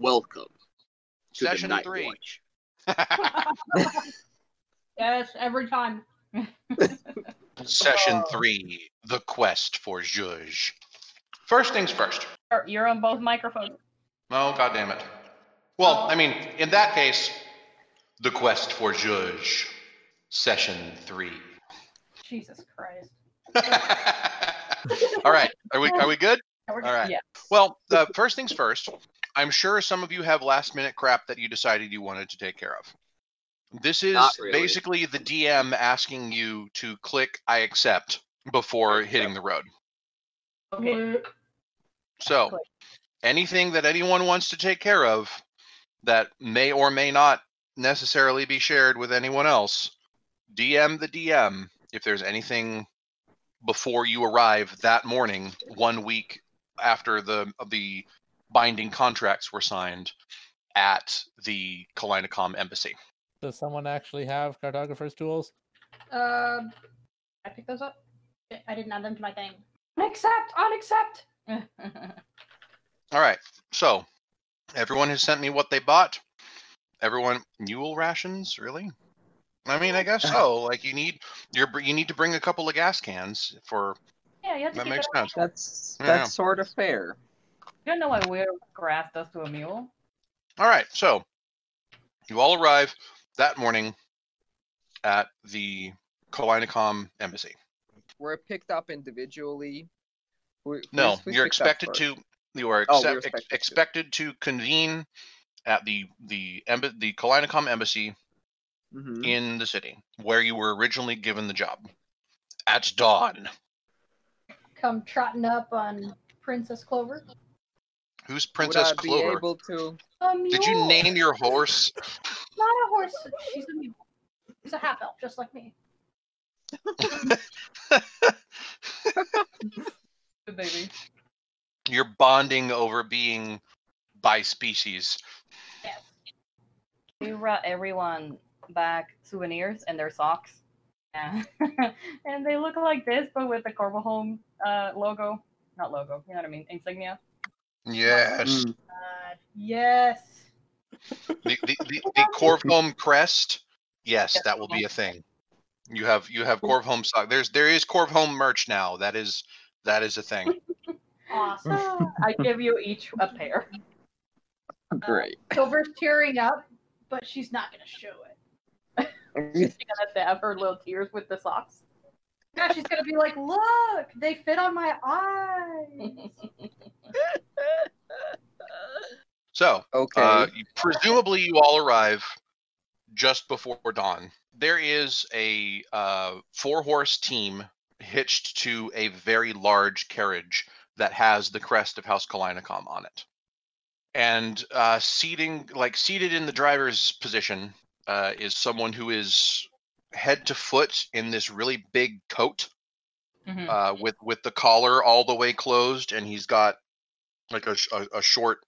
welcome to Session the Night three. Watch. yes, every time. Session Oh. three The Quest for Zhuzh. First things first. You're- You're on both microphones. Oh, God damn it. Well, I mean, in that case, The Quest for Zhuzh. Session three. Jesus Christ. All right. Are we, are we good? All right. Yeah. Well, uh, first things first, I'm sure some of you have last minute crap that you decided you wanted to take care of. This is Not really. basically the DM asking you to click I accept before hitting the road. Okay. So, Click. anything that anyone wants to take care of that may or may not necessarily be shared with anyone else, DM the DM if there's anything before you arrive that morning, one week after the the binding contracts were signed at the Kalinacom embassy. Does someone actually have cartographer's tools? Um, I pick those up. I- I didn't add them to my thing. Unaccept. Unaccept. All right. So, everyone has sent me what they bought. Everyone mule rations, really? I mean, I guess so. Like you need you're br- you need to bring a couple of gas cans for yeah, you have to that keep makes it up. sense. That's Yeah. that's sort of fair. You don't know what weird grass does to a mule. All right. So, you all arrive that morning at the Kalinacom embassy. We're picked up individually. Who- No, who's- who's you're picked up expected first? to you are Oh, we're accep- ex- expected to. expected to convene at the the emb- the Kalinacom embassy Mhm. in the city where you were originally given the job at dawn. Come trotting up on Princess Clover. Who's Would Princess I be Clover? able to? A mule. Did you name your horse? Not a horse. She's a mule. She's a half elf, just like me. Good baby. You're bonding over being by species. Yes. We brought everyone back souvenirs and their socks. Yeah. and they look like this, but with the Corvo Home uh, logo. Not logo, you know what I mean? Insignia. Yes. Mm. God. Uh, Yes. The, the, the, the Corvholm crest. Yes, that will be a thing. You have you have Corvholm stock. There's there is Corvholm merch now. That is that is a thing. Awesome. Ah, I give you each a pair. Great. Silver's tearing up, but she's not gonna show it. She's gonna dab her little tears with the socks. Yeah, she's gonna be like, "Look, they fit on my eye." So Okay. Uh, you- presumably, you all arrive just before dawn. There is a uh, four horse team hitched to a very large carriage that has the crest of House Kalinacom on it. And uh, seating, like seated in the driver's position, uh, is someone who is head to foot in this really big coat Mhm. uh, with with the collar all the way closed, and he's got like a, sh- a, a short.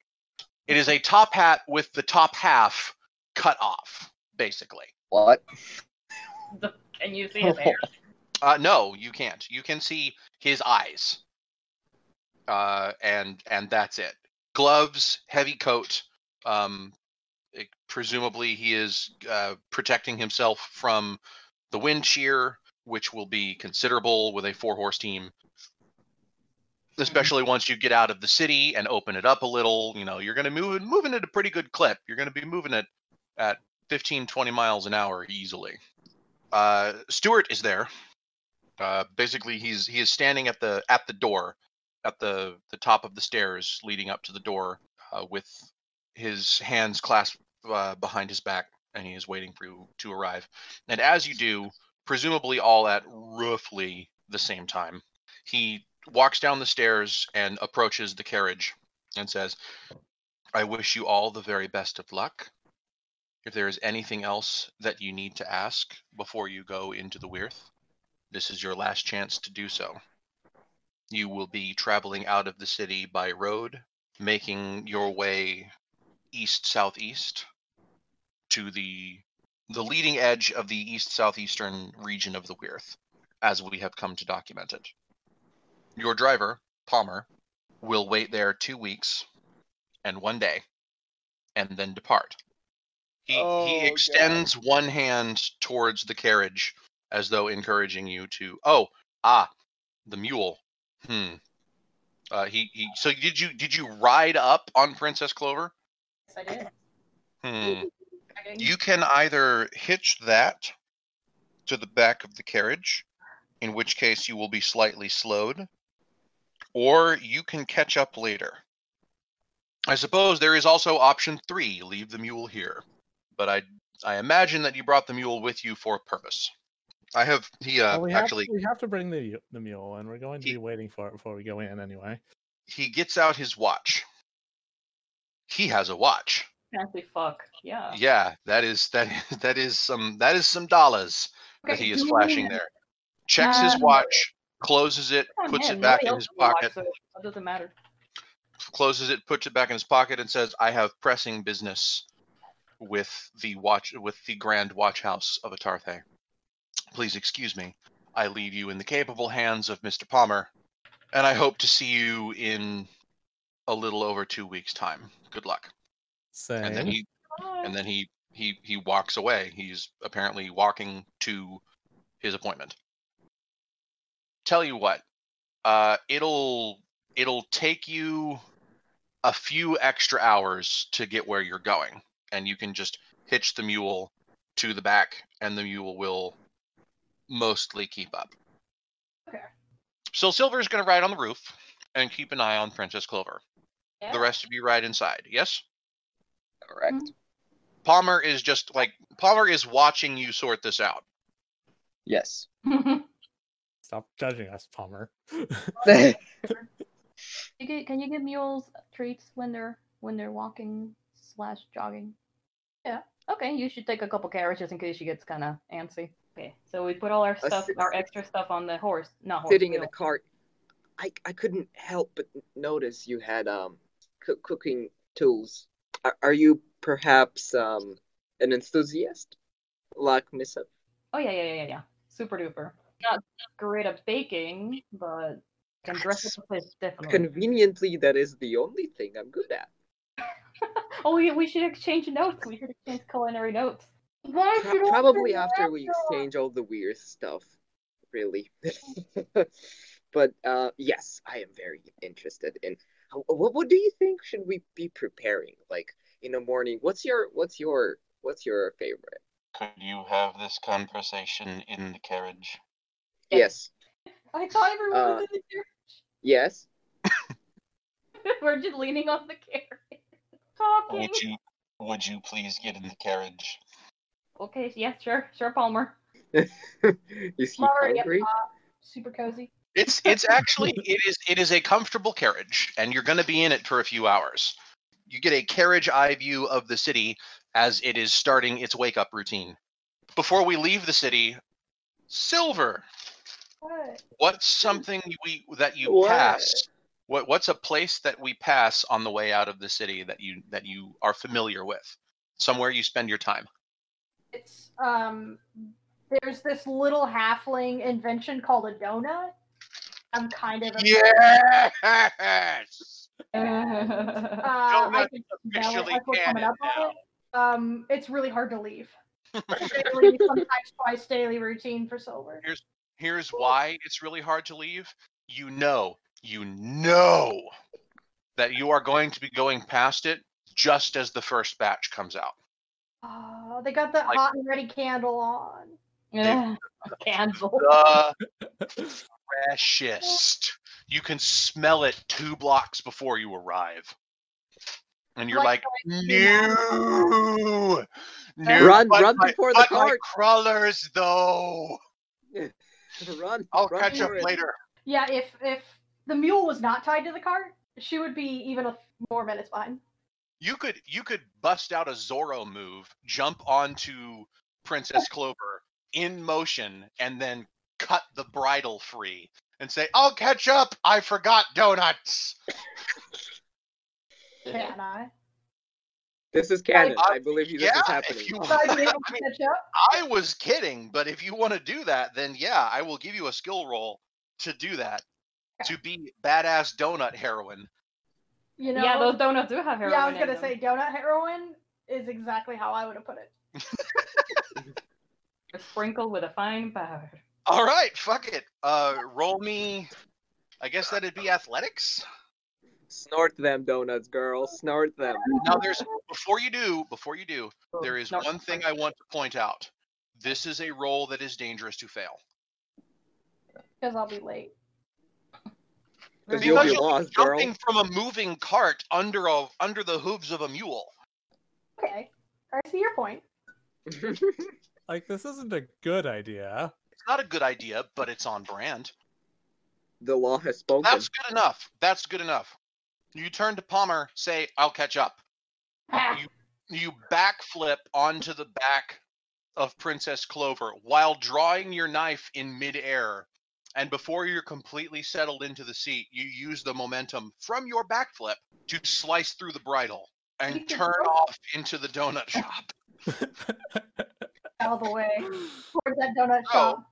It is a top hat with the top half cut off, basically. what? Can you see it there? Uh, no, you can't. You can see his eyes, uh, and and that's it. Gloves, heavy coat. Um, it- presumably, he is uh, protecting himself from the wind shear, which will be considerable with a four horse team. Especially once you get out of the city and open it up a little, you know, you're going to move moving at a pretty good clip. You're going to be moving it at 15, 20 miles an hour easily. Uh, Stuart is there uh, basically he's he is standing at the at the door at the the top of the stairs leading up to the door uh, with his hands clasped uh, behind his back and he is waiting for you to arrive and as you do presumably all at roughly the same time he walks down the stairs and approaches the carriage and says i wish you all the very best of luck if there is anything else that you need to ask before you go into the weirth this is your last chance to do so. You will be traveling out of the city by road, making your way east southeast to the the leading edge of the east southeastern region of the Weirth, as we have come to document it. Your driver, Palmer, will wait there two weeks and one day and then depart. He, Oh, he God. extends one hand towards the carriage as though encouraging you to, oh, ah, the mule. Hmm. Uh, he, he so did you did you ride up on Princess Clover? Yes, I did. Hmm. I did. You can either hitch that to the back of the carriage, in which case you will be slightly slowed, or you can catch up later. I suppose there is also option three leave the mule here, but I, I imagine that you brought the mule with you for a purpose. I have, he uh, Well, we actually. have to, we have to bring the the mule, and we're going to He- be waiting for it before we go in anyway. he gets out his watch. He has a watch. Exactly. Fuck. Yeah. Yeah, that is that is that is some that is some dollars that he is do- flashing there. Checks his Um, oh, watch, closes it, On puts him, it back nobody in else his has a watch, pocket, so It doesn't matter. closes it, puts it back in his pocket, and says, "I have pressing business with the watch with the Grand Watch House of Atarthe. Please excuse me. I leave you in the capable hands of Mister Palmer, and I hope to see you in a little over two weeks' time. Good luck." Saying, And then he and then he he he walks away. He's apparently walking to his appointment. Tell you what, uh, it'll it'll take you a few extra hours to get where you're going, and you can just hitch the mule to the back, and the mule will mostly keep up. Okay. So Silver's going to ride on the roof and keep an eye on Princess Clover. Yeah. The rest of you ride inside. Yes. Correct. Palmer is just like Palmer is watching you sort this out. Yes. stop judging us, Palmer. You get, can you give mules treats when they're when they're walking slash jogging? Yeah. Okay, you should take a couple carrots just in case she gets kind of antsy. Okay, so we put all our stuff, sit- our extra stuff on the horse, not horse. Sitting in the wheel. cart, I, I couldn't help but notice you had um coo- cooking tools. Are, are you perhaps um an enthusiast, like myself? Oh yeah, yeah, yeah, yeah, yeah. Super duper. Not great at baking, but can dress up the place definitely. Conveniently, that is the only thing I'm good at. Oh, we, we should exchange notes. We should exchange culinary notes. Why Pro- should I probably bring after we laptop? exchange all the weird stuff, really. but uh, yes, I am very interested in. uh, What, what do you think should we be preparing? Like in the morning, what's your what's your what's your favorite? Could you have this conversation in the carriage? Yes, I thought everyone Uh, was in the carriage. yes. We're just leaning on the carriage. talking. you would you please get in the carriage? Okay, yes, sure, sure, Palmer. Is he Mario, hungry? Super cozy. It's it's actually it is it is a comfortable carriage and you're going to be in it for a few hours. You get a carriage eye view of the city as it is starting its wake up routine. Before we leave the city, Silver, What? what's something we that you What? pass? What what's a place that we pass on the way out of the city that you that you are familiar with? Somewhere you spend your time. It's um. There's this little halfling invention called a donut. I'm kind of obsessed. Yes. Uh, That's I Donut can smell it. officially I feel coming canon up on now. it. Um, it's really hard to leave. Daily, sometimes twice daily routine for silver. Here's why it's really hard to leave. You know, you know that you are going to be going past it just as the first batch comes out. Oh, they got the Like- hot and ready candle on. Cancel. The freshest. You can smell it two blocks before you arrive. And you're like, Like no, no, Run, but run my- before the but my cart. crawlers though. Run. I'll run catch up for it. later. Yeah, if if the mule was not tied to the cart, she would be even a, more minutes behind. You could you could bust out a Zorro move, jump onto Princess Clover in motion, and then cut the bridle free and say, "I'll catch up. I forgot donuts." Can I? This is canon. I- I believe you. This yeah, is if happening. you, Would I be able to catch up? I was kidding, but if you want to do that, then yeah, I will give you a skill roll to do that. To be badass donut heroine. You know? yeah, those donuts do have heroin. yeah, I was in gonna them. say donut heroin is exactly how I would have put it. They're sprinkled with a fine powder. All right, fuck it. Uh, roll me. I guess that'd be athletics. Snort them donuts, girl. Snort them. Now, there's before you do, before you do, there is Oh, No, one thing I want to point out. This is a roll that is dangerous to fail. Because I'll be late. Because Because you'll be you'll be lost, girl. Jumping from a moving cart under a, under the hooves of a mule. Okay. I see your point. Like this isn't a good idea. It's not a good idea, but it's on brand. the law has spoken. That's good enough. That's good enough. You turn to Palmer, say, "I'll catch up." Ah, You backflip onto the back of Princess Clover while drawing your knife in midair. And before you're completely settled into the seat, you use the momentum from your backflip to slice through the bridle and turn off into the donut shop. all the way towards that donut Oh. shop.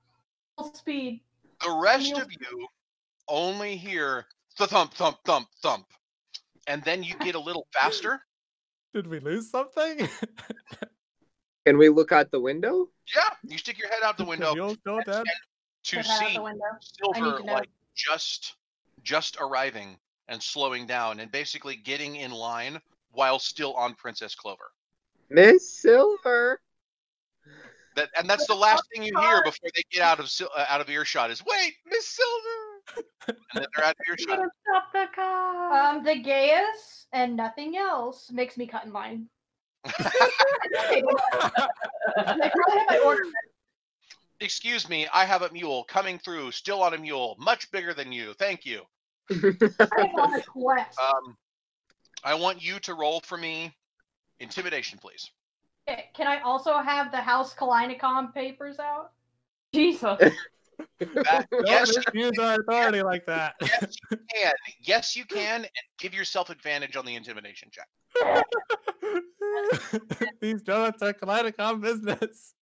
Full speed. The rest Meals- of you only hear the thump, thump, thump, thump. And then you get a little faster. Did we lose something? Can we look out the window? Yeah, you stick your head out the The window mule's still dead. to Put that out see the window. I need Silver to know. like just just arriving and slowing down and basically getting in line while still on Princess Clover. Miss Silver. That and that's the last thing you hear Sorry. before they get out of sil- uh, out of earshot is wait, Miss Silver. and then they're out of You earshot. gotta stop the car. Um, the gayest and nothing else makes me cut in line. Like, I probably have my order. Excuse me, I have a mule coming through, still on a mule, much bigger than you. Thank you. I have a quest. Um, I want you to roll for me intimidation, please. Okay, Can I also have the House Kalinicom papers out? Jesus. That- Don't yes, misuse our authority like that. can. Yes, you can, and give yourself advantage on the intimidation check. These donuts are Kaleidocom business.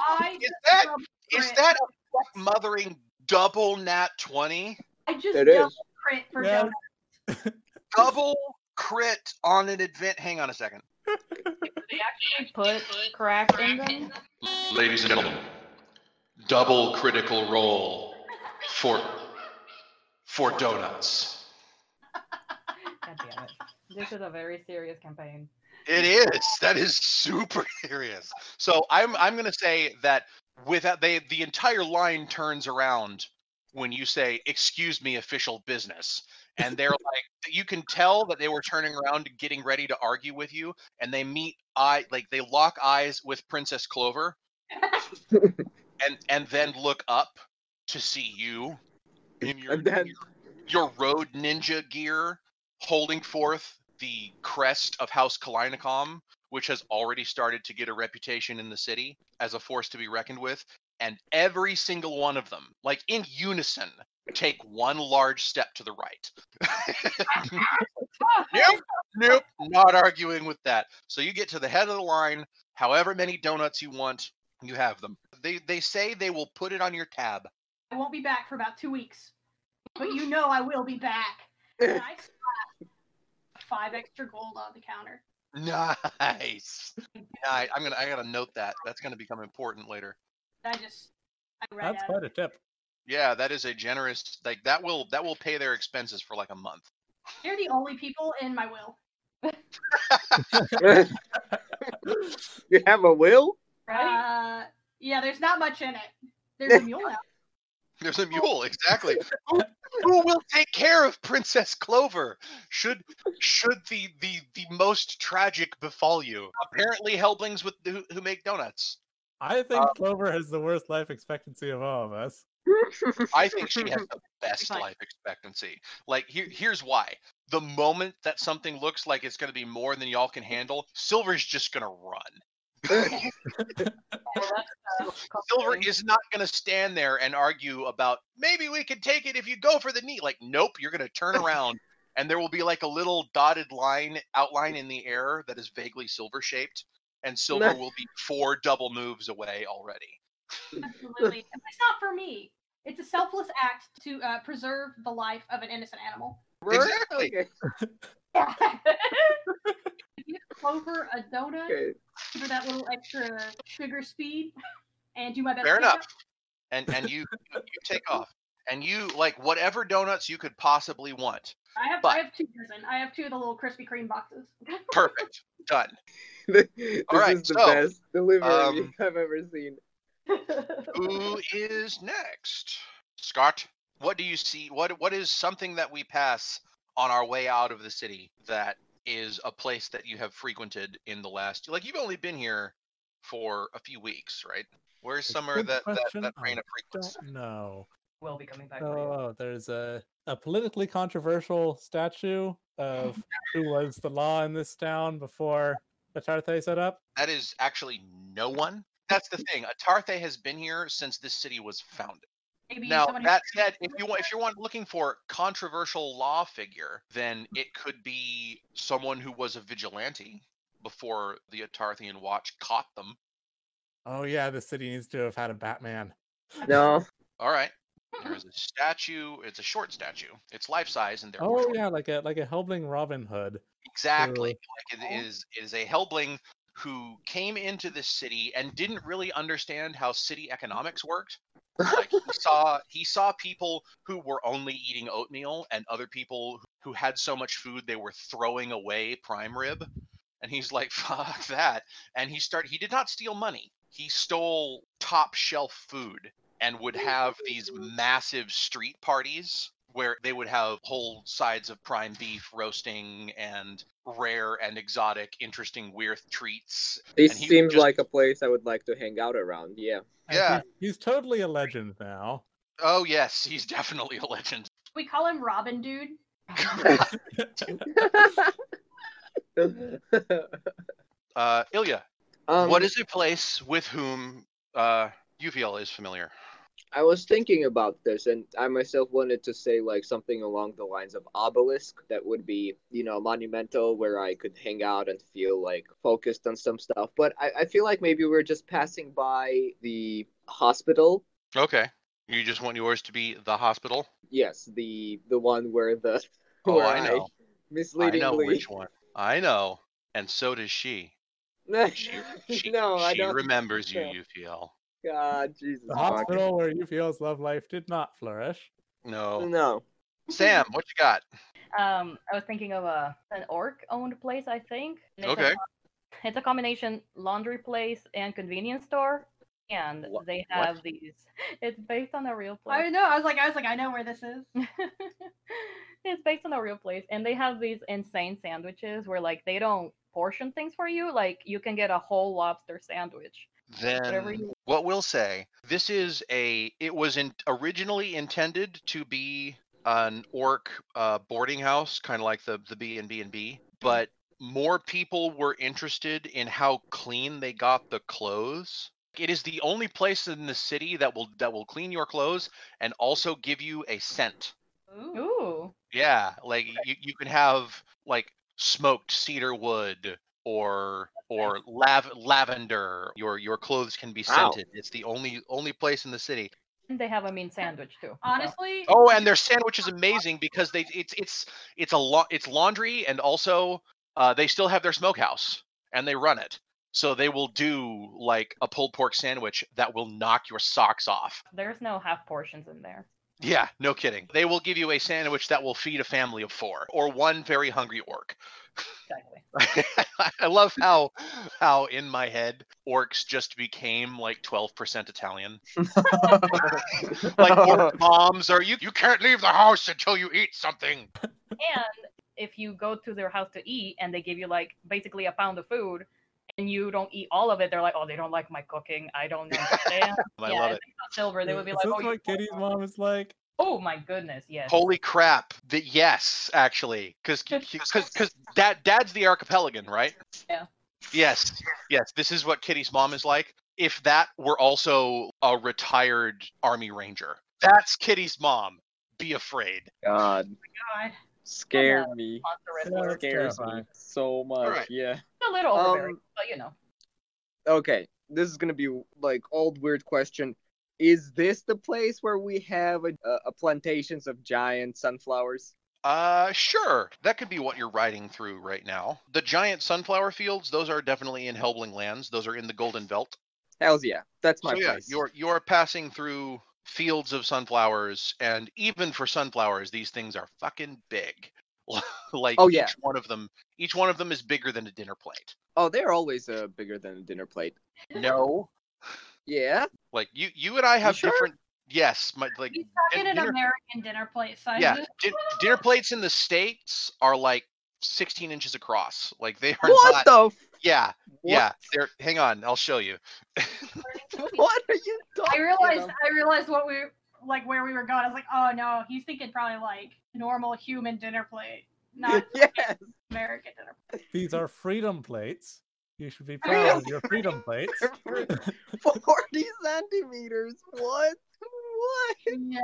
I Is that double is crit. that a mothering double nat twenty? I just It double is. print for Yes. donuts. Double crit on an event. Hang on a second, they actually put crack in them. ladies and gentlemen. Double critical roll for for donuts. God damn it. This is a very serious campaign. It is. That is super serious. So I'm I'm gonna say that without they the entire line turns around when you say, excuse me, official business. And they're like you can tell that they were turning around and getting ready to argue with you, and they meet eye like they lock eyes with Princess Clover and and then look up to see you in your, And then- your road ninja gear holding forth the crest of House Kalinicom, which has already started to get a reputation in the city as a force to be reckoned with. And every single one of them, like in unison, take one large step to the right. nope, nope, not arguing with that. So you get to the head of the line, however many donuts you want, you have them. They they say they will put it on your tab. I won't be back for about two weeks, but you know I will be back. And I slap five extra gold on the counter. Nice. Nice. I'm gonna I gotta note that. That's gonna become important later. And I just I ran That's out. quite a tip. Yeah, that is a generous like that will that will pay their expenses for like a month. They're the only people in my will. you have a will? Uh, Right? yeah, there's not much in it. There's a mule out. There's a mule, exactly. who, who will take care of Princess Clover? Should should the the the most tragic befall you? Apparently, helplings with who, who make donuts. I think Um, Clover has the worst life expectancy of all of us. I think she has the best Fine. life expectancy. Like here here's why. The moment that something looks like it's going to be more than y'all can handle, Silver's just going to run. Well, that's, uh, Silver complicated. is not going to stand there and argue about maybe we could take it if you go for the knee. Like, nope, you're going to turn around and there will be like a little dotted line outline in the air that is vaguely silver shaped, and Silver will be four double moves away already. Absolutely. It's not for me. It's a selfless act to uh, preserve the life of an innocent animal. Roar? Exactly. Okay. Give Clover a donut, okay. give her that little extra sugar speed, and do my best. Fair to pick enough. and and you you take off and you like whatever donuts you could possibly want. I have But- I have two dozen. I have two of the little Krispy Kreme boxes. Perfect, done. This Alright, is the so, best delivery um, I've ever seen. Who is next? Scott, what do you see? What what is something that we pass on our way out of the city that is a place that you have frequented in the last like you've only been here for a few weeks, right? Where's Good somewhere that, that, question. that reign I of frequency? Don't know. We'll be coming back. for you. Oh, there's a, a politically controversial statue of who was the law in this town before the Tarthay set up. That is actually no one. That's the thing. Atarthe has been here since this city was founded. Maybe Now someone who- that said, if you want, if you're one looking for controversial law figure, then it could be someone who was a vigilante before the Atarthian Watch caught them. Oh yeah, the city needs to have had a Batman. No. All right, there is a statue. It's a short statue. It's life size, and therefore Oh short. yeah, like a like a Helbling Robin Hood. exactly Sure. like it is it is a helbling who came into this city and didn't really understand how city economics worked like he saw he saw people who were only eating oatmeal and other people who had so much food they were throwing away prime rib and he's like fuck that and he start he did not steal money he stole top shelf food and would have these massive street parties where they would have whole sides of prime beef roasting and rare and exotic interesting weird treats This And he would seems just- like a place I would like to hang out around. Yeah. And Yeah. he's, he's totally a legend now. oh yes he's definitely a legend we call him Robin Dude. uh ilya um, what is a place with whom uh uviel is familiar I was thinking about this, and I myself wanted to say like something along the lines of obelisk that would be, you know, monumental where I could hang out and feel like focused on some stuff. But I, I feel like maybe we're just passing by the hospital. okay you just want yours to be the hospital Yes, the the one where the oh where i know i misleadingly know which one i know and so does she she, she, no, I she don't. remembers you Yeah. uviel God, Jesus. The fuck. hospital where Yufiel's love life did not flourish. no No. sam what you got Uh. Um, I was thinking of a an orc-owned place, I think. and it's a Okay. com- it's a combination laundry place and convenience store, and Wha- they what? have these. It's based on a real place. I know. I was like, I was like, I know where this is. it's based on a real place and they have these insane sandwiches where like they don't portion things for you like you can get a whole lobster sandwich Whatever then you- what we'll say this is a it was in, originally intended to be an orc uh, boarding house kind of like the the b and b and Mm-hmm. b but more people were interested in how clean they got the clothes it is the only place in the city that will that will clean your clothes and also give you a scent Ooh. ooh yeah like you, you can have like smoked cedar wood or or lav- lavender your your clothes can be Wow. scented it's the only only place in the city and they have a mean sandwich too so- Honestly. oh and their sandwich is amazing because they it's it's it's a lot it's laundry and also uh, they still have their smokehouse and they run it so they will do like a pulled pork sandwich that will knock your socks off there's no half portions in there yeah, no kidding. They will give you a sandwich that will feed a family of four or one very hungry orc. exactly I love how how in my head orcs just became like 12% Italian. Like orc moms are you you can't leave the house until you eat something. and if you go to their house to eat and they give you like basically a pound of food and you don't eat all of it they're like oh they don't like my cooking i don't understand I yeah love if it. they saw silver they would be Is like this oh, you what poor Kitty's guy." mom is like? oh my goodness yes Holy crap. That yes, actually. Cuz cuz cuz dad dad's the archipelagan, right? Yeah. Yes. Yes, this is what Kitty's mom is like. If that were also a retired army ranger. That's Kitty's mom. Be afraid. God, Oh. God. scare Yeah. me. monster Yeah, wrestler that's Scares me terrifying. so much. Alright. Yeah. a little Um, overbearing but you know Okay, this is gonna be like old weird question. Is this the place where we have a, a, a plantations of giant sunflowers? Uh, sure. That could be what you're riding through right now. The giant sunflower fields, those are definitely in Helbling lands. Those are in the Golden Belt. Hell's yeah, that's my so yeah, place. you're you're passing through fields of sunflowers, and even for sunflowers, these things are fucking big. like Oh, yeah. each one of them, each one of them is bigger than a dinner plate. Oh, they're always uh, bigger than a dinner plate. No, Yeah. like you you and I have sure? different. Yes, my like He's talking And an dinner- American dinner plate size. yeah, di- dinner plates in the states are like 16 inches across. Like they are What not. the? F- Yeah, what? yeah. They're. Hang on, I'll show you. What are you I talking? realized about? I realized what we like where we were going. I was like, oh no, he's thinking probably like normal human dinner plate, not Yes. American dinner plate. These are freedom plates. You should be proud of your freedom plates. Forty centimeters. What? What? Yeah.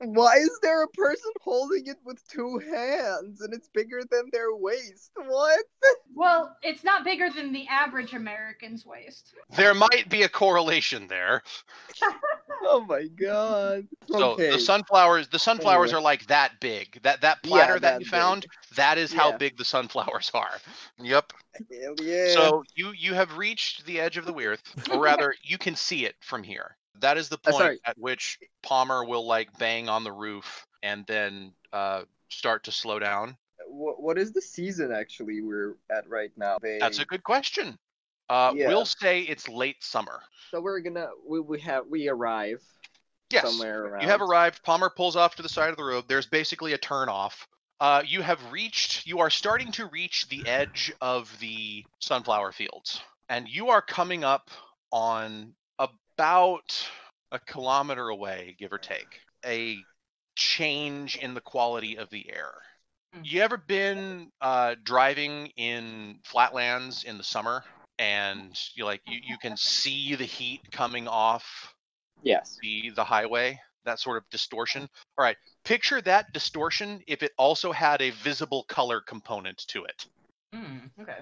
Why is there a person holding it with two hands and it's bigger than their waist? What? Well, it's not bigger than the average American's waist. There might be a correlation there. Oh my god. So okay. the sunflowers, the sunflowers Anyway. are like that big. That that Yeah, platter that that you big. found, that is how Yeah. Eh. big the sunflowers are. Yep. Hell yeah. So you you have reached the edge of the Weirth, or rather, you can see it from here. That is the Uh, point sorry. at which Palmer will like bang on the roof and then uh, start to slow down. what, what is the season actually we're at right now? They- That's a good question. Uh, Yeah. We'll say it's late summer. So we're gonna we, we have we arrive Yes. somewhere around. You have arrived. Palmer pulls off to the side of the road. There's basically a turn off. Uh, you have reached, you are starting to reach the edge of the sunflower fields. And you are coming up on about a kilometer away, give or take, a change in the quality of the air. Hmm. You ever been uh, driving in flatlands in the summer and you like you, you can see the heat coming off Yes. the the highway that sort of distortion all right picture that distortion if it also had a visible color component to it Mm, okay.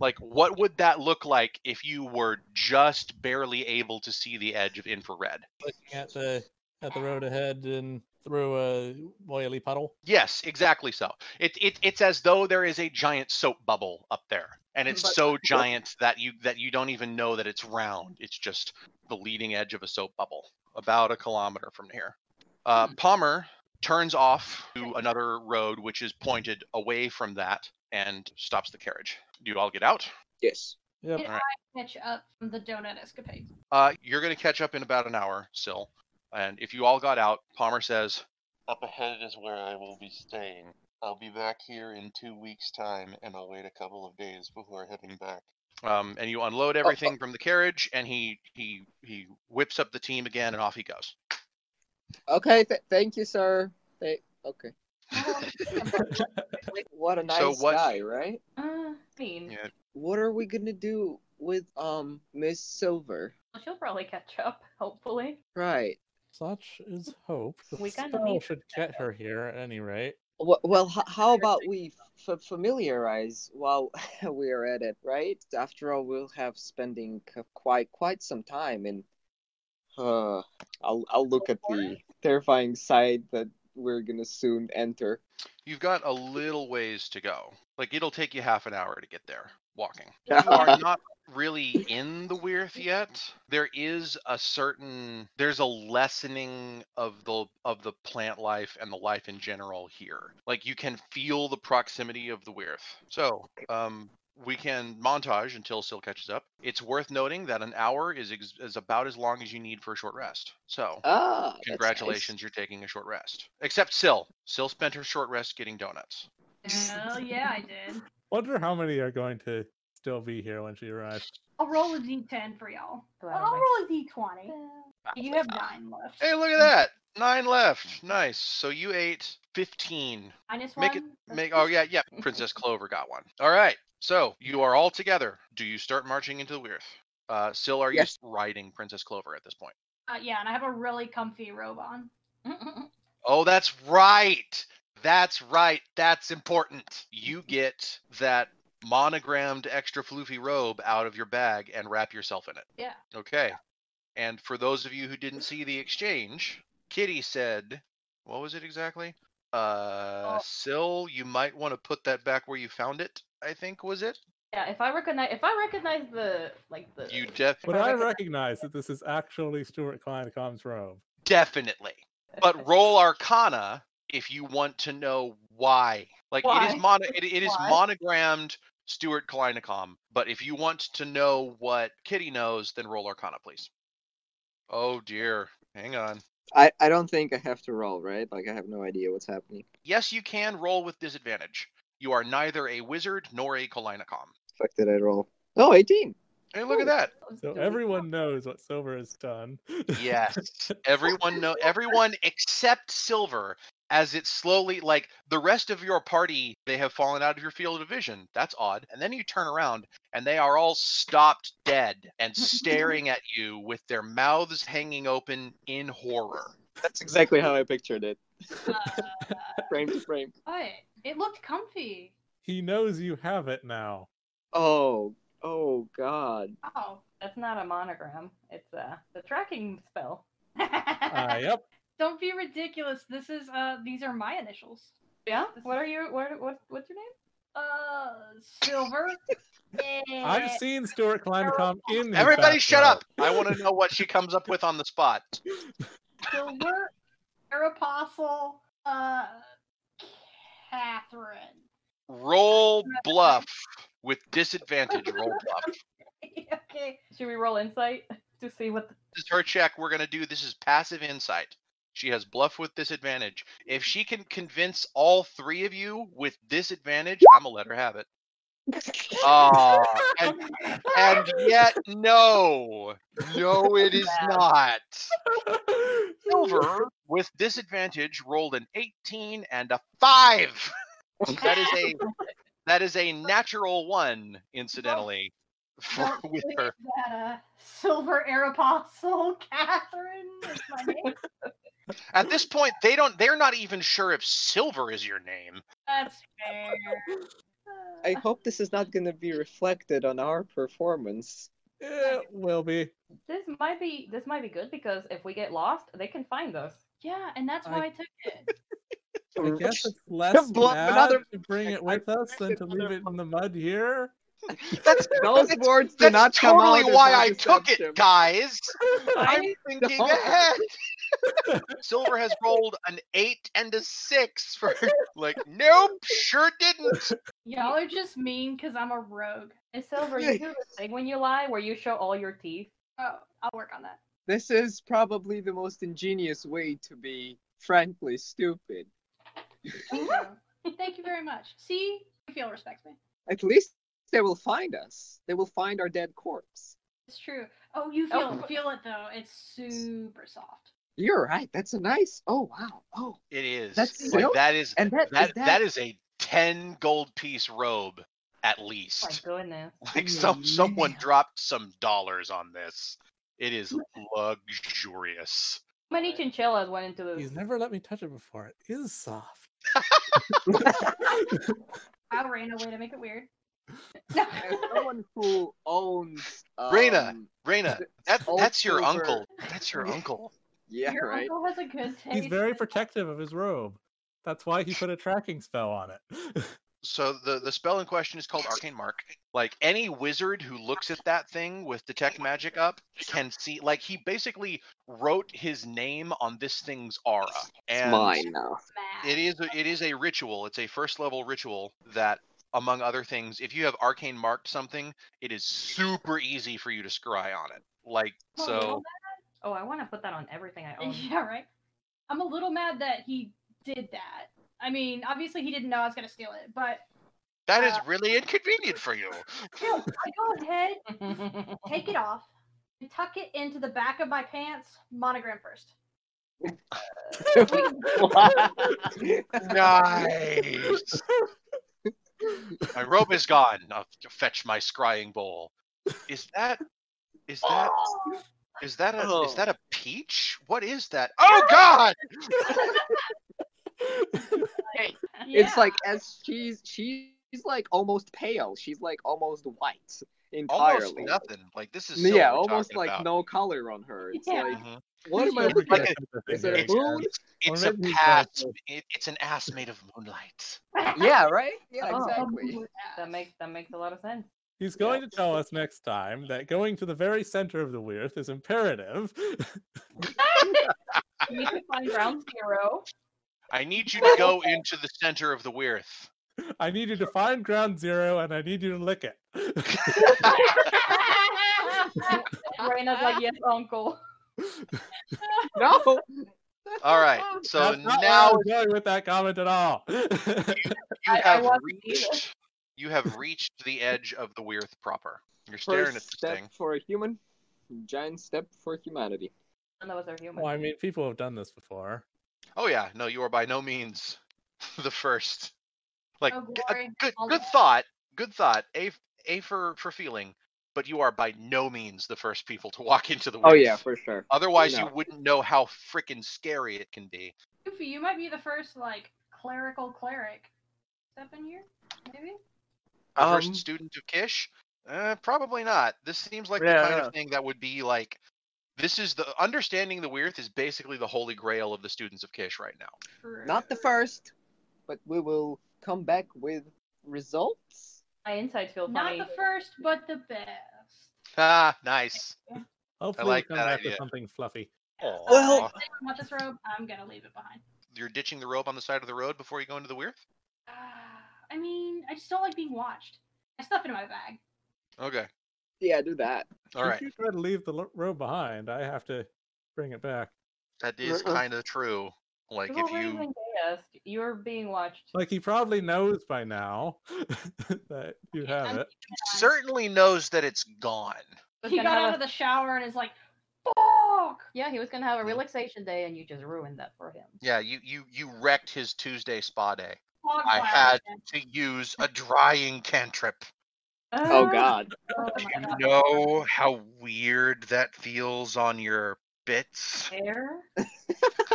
like what would that look like if you were just barely able to see the edge of infrared Looking at the at the road ahead and through a oily puddle. yes exactly so it, it it's as though there is a giant soap bubble up there and it's But- so giant that you that you don't even know that it's round it's just the leading edge of a soap bubble about a kilometer from here uh, Hmm. palmer turns off to another road which is pointed away from that and stops the carriage do you all get out Yes. Yep. Did Alright. I catch up from the donut escapade? Uh, you're going to catch up in about an hour, Sil. And if you all got out, Palmer says, Up ahead is where I will be staying. I'll be back here in two weeks' time, and I'll wait a couple of days before heading back. Um, and you unload everything from the carriage, and he he he whips up the team again, and off he goes. Okay. Th- thank you, sir. Th- okay. What a nice So what- guy, right? Uh, Dean, Yeah. What are we gonna do with um Miss Silver? she'll probably catch up, hopefully. Right. Such is hope. The We kinda spell need should get her here at any rate. Well, well h- how about we f- familiarize while we are at it, right? After all, we'll have spending c- quite quite some time in. Uh, I'll I'll look at the terrifying sight that we're gonna soon enter. You've got a little ways to go. Like it'll take you half an hour to get there walking. you are yeah, not really in the Weirth yet. There is a certain there's a lessening of the of the plant life and the life in general here. Like you can feel the proximity of the Weirth. So um we can montage until Sil catches up. It's worth noting that an hour is ex- is about as long as you need for a short rest. So ah, that's nice. congratulations, you're taking a short rest. Except Sil. Sil spent her short rest getting donuts. Hell yeah, I did. Wonder how many are going to still be here when she arrives. I'll roll a d10 for y'all. Do I I'll have roll a d20. You have nine left. Hey, Hmm. look at that. Nine left. Nice. So you ate 15 Minus make it- one. That's Make oh yeah, yeah. Princess Clover got one. All right. So you are all together. Do you start marching into the Weirth? Uh Sil, are Yes. you riding Princess Clover at this point? Uh, yeah, and I have a really comfy robe on. my- Oh, that's right. That's right. That's important. You get that monogrammed extra floofy robe out of your bag and wrap yourself in it. Yeah. Okay. And for those of you who didn't see the exchange, Kitty said, what was it exactly? Uh, Oh. Syl, you might want to put that back where you found it. I think was it. Yeah, if I recognize if I recognize the like the You def But I recognize that this is actually Stuart Kleincom's robe. definitely. But roll Arcana if you want to know why. Like it Why? is mono, it, it is Why? monogrammed Stuart Kleinicom. But if you want to know what Kitty knows, then roll Arcana, please. Oh dear. Hang on. I, I don't think I have to roll, right? Like I have no idea what's happening. Yes, you can roll with disadvantage. You are neither a wizard nor a Kleinicom. Fuck did I roll? Oh, 18. Hey, look at that. So everyone knows what Silver has done. Yes. everyone know everyone except Silver as it slowly like the rest of your party they have fallen out of your field of vision. That's odd. And then you turn around and they are all stopped dead and staring at you with their mouths hanging open in horror. That's exactly how I pictured it. Frame to frame. What? It looked comfy. he knows you have it now. Oh, oh god. Oh, that's not a monogram. It's uh the tracking spell. Uh, yep. Don't be ridiculous. This is uh these are my initials. Yeah. What are you? What? What? What's your name? Uh silver. yeah. I've seen Stuart Kleinicom in his Everybody back shut row. up. I want to know what she comes up with on the spot. Silver, Apostle, uh Catherine. Roll bluff with disadvantage. Roll bluff. okay. Should we roll insight to see what? The... this is her check we're going to do this is passive insight she has bluff with disadvantage if she can convince all three of you with disadvantage i'm gonna let her have it Ah, and, and yet no no it is not silver with disadvantage rolled an 18 and a 5 that is a that is a natural one incidentally for, Don't with forget her That, uh, silver Air Apostle Catherine is my name. At this point, they don't. They're not even sure if Silver is your name. That's fair. I hope this is not going to be reflected on our performance. It will be. This might be. This might be good because if we get lost, they can find us. yeah, and that's why I, took it. I guess it's less Blow up bad another- to bring it with us than to leave it in the mud here. That's Those that's, words do that's not come totally out as why my I took deception. it, guys. I I'm thinking know. ahead. Silver has rolled an eight and a six for like. Nope, sure didn't. Y'all are just mean because I'm a rogue. Miss Silver, you do this thing when you lie, where you show all your teeth. Oh, I'll work on that. This is probably the most ingenious way to be, frankly, stupid. Thank you. Thank you very much. See, you feel respects me. At least they will find us. They will find our dead corpse. It's true. Oh, you feel Oh. feel it though. It's super soft. You're right. That's a nice. Oh wow. Oh, It is. That's like, Silver? that is and that that that that is a ten gold piece robe, at Oh least. my goodness. Like some someone man. dropped some dollars on this. It is luxurious. How many chinchillas went into this? He's never let me touch it before. It is soft. I ran away to make it weird. as someone who owns. Um, Reyna. Raina, Th- that, old that's your silver. uncle. That's your uncle. Yeah. Your right. uncle has a good taste. He's very protective of his robe. That's why he put a tracking spell on it. So the, the spell in question is called Arcane Mark. Like any wizard who looks at that thing with detect magic up can see like he basically wrote his name on this thing's aura. It's And mine now. Smash. It is a- it is a ritual. It's a first level ritual that among other things, if you have arcane marked something, it is super easy for you to scry on it. Like Oh, you know so that? Oh, I want to put that on everything I own. Yeah, right. I'm a little mad that he did that. I mean, obviously he didn't know I was gonna steal it, but that is really inconvenient for you. still, I go ahead, take it off, and tuck it into the back of my pants, monogram first. Nice. my robe is gone. I'll f- fetch my scrying bowl. Is that? Is that? Is that a? Is Oh. that a peach? What is that? Oh God! Yeah. It's like as she's she's she's like almost pale. She's like almost white entirely. Almost nothing. Like this is yeah, silver almost talking like about. no color on her. It's Yeah. like Mhm. what am I Never looking get Like at? a- sympathy Is it a here. moon? It's Or a maybe path. it's like- It, it's an ass made of moonlight. Yeah, right? Yeah, Oh. exactly. That makes that makes a lot of sense. He's going to tell us next time that going to the very center of the Weirth is imperative. We need to find ground zero. I need you to go into the center of the Weirth. I need you to find ground zero and I need you to lick it. And Raina's like, yes, uncle. No. All right. So That's not where now I was going with that comment at all. you I- I have wasn't either. reached. You have reached the edge of the Weirth proper. You're staring First at this step thing. for a human, giant step for humanity. None of us are human. well, I mean, people have done this before. Oh yeah, no, you are by no means the first. Like Oh, g- a glory. good, All good the- thought, good thought. A, f- a for for feeling, but you are by no means the first people to walk into the. Oh yeah, woods. for sure. Otherwise, no. you wouldn't know how freaking scary it can be. Goofy, you might be the first like clerical cleric. Step in here, maybe. The first Um, student of Kish? Uh, probably not. This seems like Yeah, the kind yeah. of thing that would be like. This is the understanding the Weirth is basically the holy grail of the students of Kish right now. True. Not the first, but we will come back with results. My insights feel Not funny. the first, but the best. Ah, nice. Hopefully, like we that come back idea. with something fluffy. Aw. Well- If anyone want this robe? I'm gonna leave it behind. you're ditching the rope on the side of the road before you go into the Weirth. Uh, I mean, I just don't like being watched. I stuff it in my bag. Okay. Yeah, do that. All right. If you try to leave the lo- road behind, I have to bring it back. That is Uh-uh. kind of true. Like People if were you even gay-est. you're being watched. Like he probably knows by now that you have I'm- it. certainly knows that it's gone. was He gonna got have out a- of the shower and is like, "Fuck!" Yeah, he was gonna have a Mhm. relaxation day, and you just ruined that for him. Yeah, you you you wrecked his Tuesday spa day Fuck I my had- ass." to use a drying cantrip. Oh god. Oh Do my you god. know how weird that feels on your bits? Hair?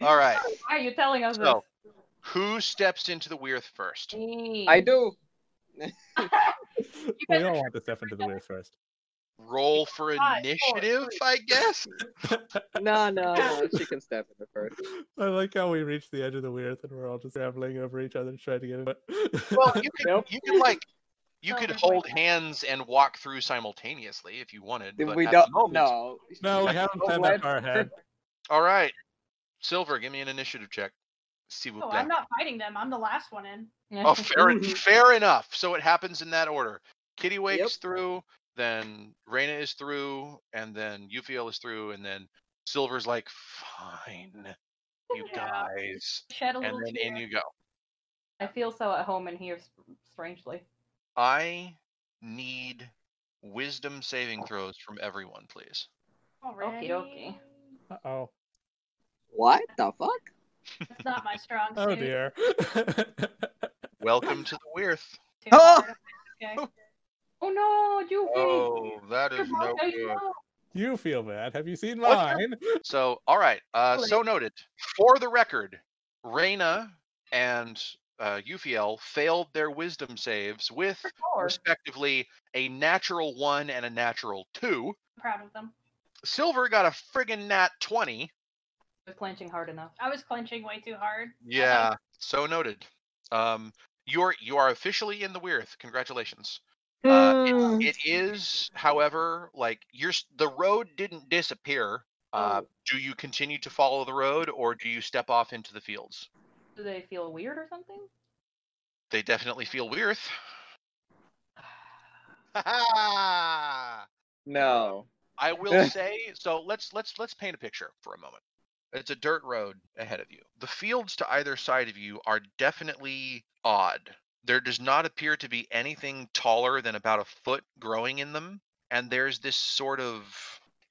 All right. Why are you telling us So, this? Who steps into the weirth first? Me. I do. We all want to step into the weird first. Roll for Five, four, initiative, three. I guess. No, no, no. She can step in the first. I like how we reach the edge of the weird and we're all just scrambling over each other to try to get it. Well, you could Nope. you could like you Oh, could there's hold like- hands and walk through simultaneously if you wanted. Then but we at don't. the moment- No. no, we haven't Don't planned let that far ahead. All right. Silver, give me an initiative check. See Oh, what I'm not fighting them. I'm the last one in. Oh, fair, en- fair enough. So it happens in that order. Kitty wakes Yep. through, then Reyna is through, and then Ufiel is through, and then Silver's like, fine, you Yeah. Oh, guys. Shed a And little then tear. in you go. I feel so at home in here, s- strangely. I need wisdom saving throws from everyone, please. Already? Okey-dokey. Uh oh. What the fuck? That's not my strong suit. Oh dear. Welcome to the Weirth. Too Oh! hard. Okay. Oh no, Juvie! Oh, that Your is mom no says good. no. you feel bad. Have you seen What's mine? So, all right. Uh, Totally. so noted. For the record, Reyna and uh, Ufiel failed their wisdom saves with Sure. respectively a natural one and a natural two. I'm proud of them. Silver got a friggin' nat 20. I was clenching hard enough. I was clenching way too hard. Yeah. So noted. Um, you're you are officially in the Weirth. Congratulations. Uh, Hmm. It is, however, like you're s- the road didn't disappear. Uh, Do you continue to follow the road, or do you step off into the fields? Do they feel weird or something? They definitely feel Weirth. I no. will say so. Let's let's let's paint a picture for a moment. It's a dirt road ahead of you. The fields to either side of you are definitely odd. There does not appear to be anything taller than about a foot growing in them, and there's this sort of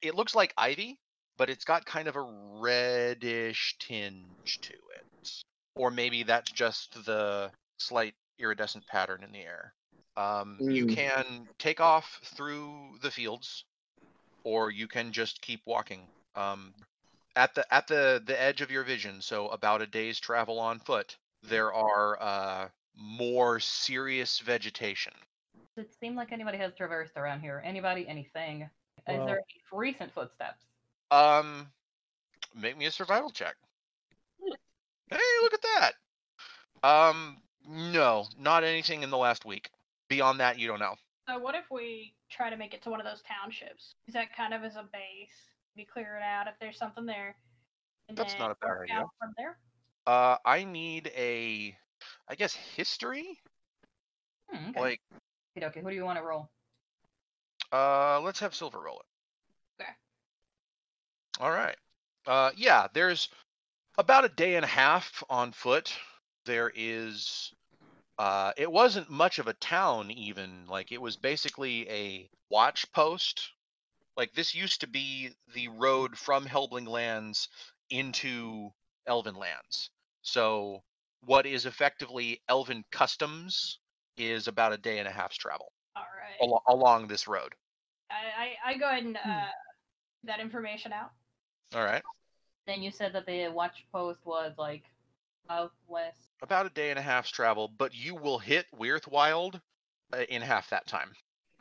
it looks like ivy, but it's got kind of a reddish tinge to it. Or maybe that's just the slight iridescent pattern in the air. Um, You Mm. can take off through the fields, or you can just keep walking. Um, at the at the the edge of your vision, so about a day's travel on foot, there are uh, more serious vegetation. Does it seem like anybody has traversed around here? Anybody, anything? Is Well- there any recent footsteps? Um, make me a survival check. Hey, look at that. Um, no, not anything in the last week. Beyond that, you don't know. So what if we try to make it to one of those townships? Use that kind of as a base. Maybe clear it out if there's something there. And That's then not a bad work idea. out From there. Uh, I need a, I guess history. Hmm, okay. Like, okay, who do you want to roll? uh, let's have Silver roll it. Okay. All right. Uh, yeah, there's about a day and a half on foot. There is, uh, it wasn't much of a town even. Like, it was basically a watch post. Like, this used to be the road from Helbling Lands into Elven Lands. So, what is effectively Elven customs is about a day and a half's travel All right. al- along this road. I, I, I go ahead and Hmm. uh, that information out. All right. Then you said that the watch post was like southwest. About a day and a half's travel, but you will hit Weirthwild uh, in half that time.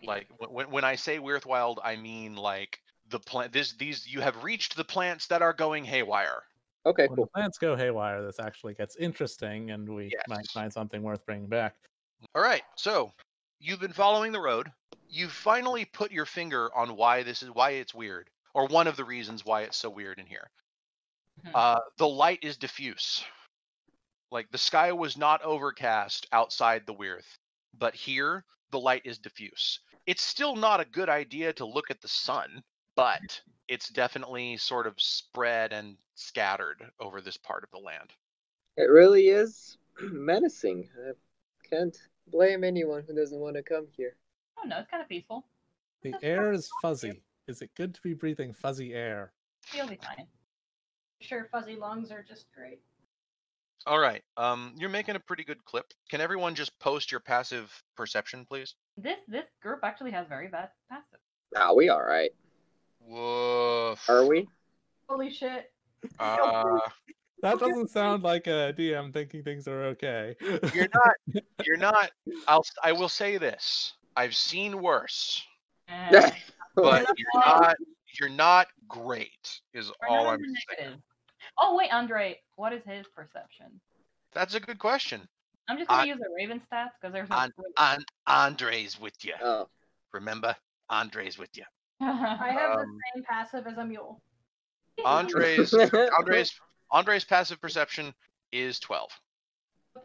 Like wh- when when I say Weirthwild, I mean like the plant. This these you have reached the plants that are going haywire. Okay, When the cool. plants go haywire, this actually gets interesting, and we might Yes. find something worth bringing back. All right. So you've been following the road. You've finally put your finger on why this is why it's weird, or one of the reasons why it's so weird in here. Mhm. Uh, the light is diffuse. Like the sky was not overcast outside the Weirth, but here the light is diffuse. It's still not a good idea to look at the sun, but it's definitely sort of spread and scattered over this part of the land. It really is menacing. I can't blame anyone who doesn't want to come here. I don't know. It's kind of peaceful. The That's air fine. is fuzzy. Is it good to be breathing fuzzy air? You'll be fine. Sure, fuzzy lungs are just great. All right. Um, you're making a pretty good clip. Can everyone just post your passive perception, please? This this group actually has very bad passive. Nah, we all right. Woof. Are we? Holy shit. Uh, That doesn't sound like a DM thinking things are okay. you're not. You're not. I'll. s- I will say this. I've seen worse, Eh, but not you're wrong. not. You're not great. Is we're all not I'm in the saying. negative. Oh wait, Andre, what is his perception? That's a good question. I'm just gonna An- use the Raven stats because there's no An- script. And Andre's with you. oh, Remember, Andre's with you. I have Um, the same passive as a mule. Andre's. Andre's. Andre's passive perception is twelve.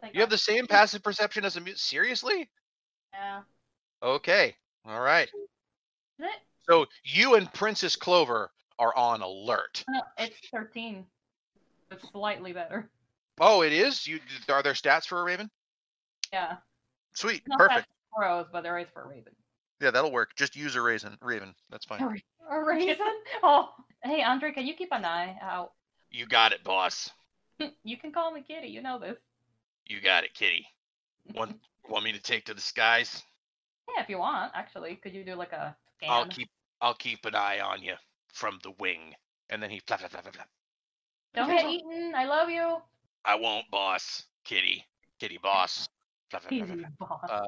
Thank You have God. the same passive perception as a mu- seriously. Yeah. Okay. All right. Is it? So you and Princess Clover are on alert. No, it's 13. It's slightly better. Oh, it is. You are there stats for a raven? Yeah. Sweet. It's not Perfect. fast for crows, but there is for a raven. Yeah, that'll work. Just use a raisin. Raven. That's fine. Alright. A raisin? Oh, hey, Andre, can you keep an eye out? You got it, boss. you can call me Kitty, you know this. You got it, Kitty. Want want me to take to the skies? Yeah, if you want, actually. Could you do like a scan? I'll keep I'll keep an eye on you from the wing. And then he flap flap flap flap. flap. Don't get eaten. I love you. I won't, boss. Kitty. Kitty boss. Flap, flap, flap, flap, Easy, flap. boss. Uh,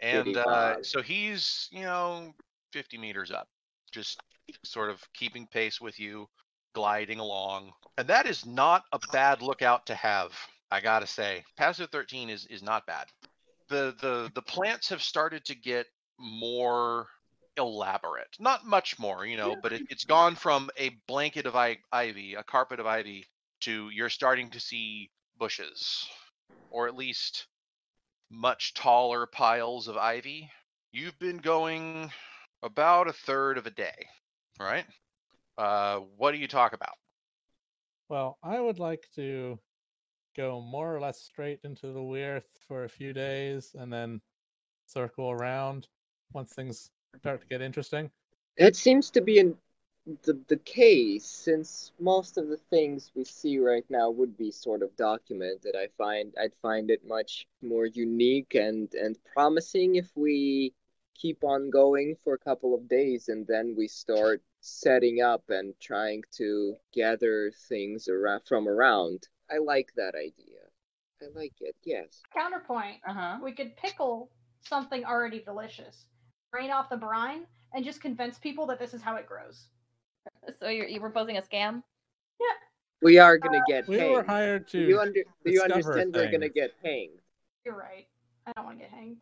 And Kitty uh, boss. so he's, you know, 50 meters up, just sort of keeping pace with you, gliding along. And that is not a bad lookout to have, I gotta say. Passive 13 is, is not bad. The, the, the plants have started to get more elaborate. Not much more, you know, but it, it's gone from a blanket of I- ivy, a carpet of ivy, to you're starting to see bushes, or at least much taller piles of ivy. You've been going about a third of a day, all right? Uh, what do you talk about? Well, I would like to go more or less straight into the Weirth for a few days and then circle around once things start to get interesting. that seems to be in the, the case, since most of the things we see right now would be sort of documented. I find I'd find it much more unique and and promising if we keep on going for a couple of days and then we start setting up and trying to gather things around from around. I like that idea. I like it. Yes. Counterpoint. Uh huh. We could pickle something already delicious, drain off the brine, and just convince people that this is how it grows. So you're, you're proposing a scam? We are gonna get Uh, We hanged. were hired do you to. under do you discover understand we're gonna things. get hanged? You're right. I don't want to get hanged.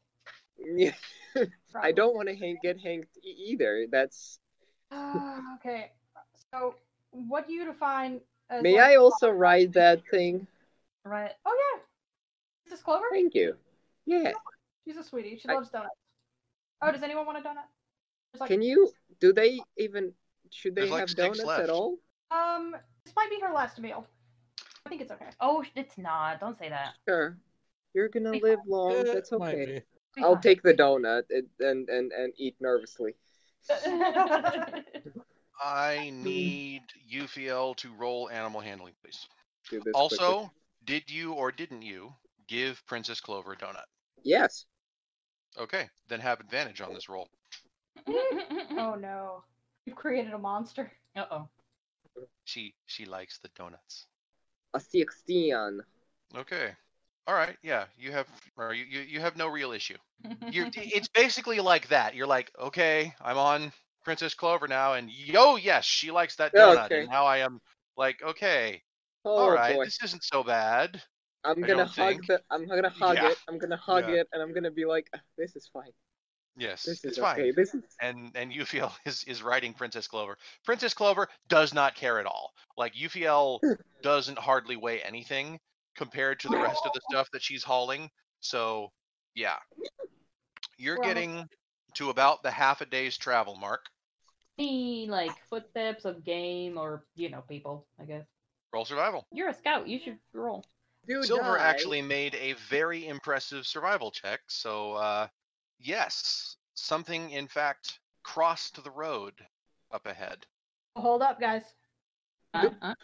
Yeah. I probably. don't want to hang get hanged e- either. That's Ah, okay. So, what do you define as. May like- I also ride that thing? Right. Oh, yeah. Is this Clover? Thank you. Yeah. She's a sweetie. She I- loves donuts. Oh, does anyone want a donut? There's like- Can you do they even should they There's like have six donuts left. at all? Um, this might be her last meal. I think it's okay. Oh, sh- it's not. Don't say that. Sure. You're gonna Be live long. Eh, That's might okay. be. Be I'll fine. take the donut and and and, and eat nervously. I Mm. need Ufiel to roll animal handling, please. Do this quickly. Also, did you or didn't you give Princess Clover a donut? yes. Okay, then have advantage on this roll. Oh no. You've created a monster. uh oh. She she likes the donuts. A sixteen. Okay. All right. Yeah. You have or you, you, you have no real issue. You're, it's basically like that. You're like, okay, I'm on Princess Clover now, and yo, yes, she likes that Yeah, donut, okay. and now I am like, okay, Oh all right, boy. this isn't so bad. I'm I gonna don't hug think. the I'm gonna hug Yeah. it. I'm gonna hug Yeah. it and I'm gonna be like, "Ah, this is fine. Yes, This is it's okay. fine. This is And and Ufiel is is riding Princess Clover. Princess Clover does not care at all. Like Ufiel doesn't hardly weigh anything compared to the rest of the stuff that she's hauling. So yeah, you're We're almost- getting to about the half a day's travel mark. Any like footsteps of game or you know people? I guess Roll survival. you're a scout. You should roll. do Silver die. actually made a very impressive survival check. So, uh, yes, something in fact crossed the road up ahead. Hold up, guys. Uh, Nope. uh,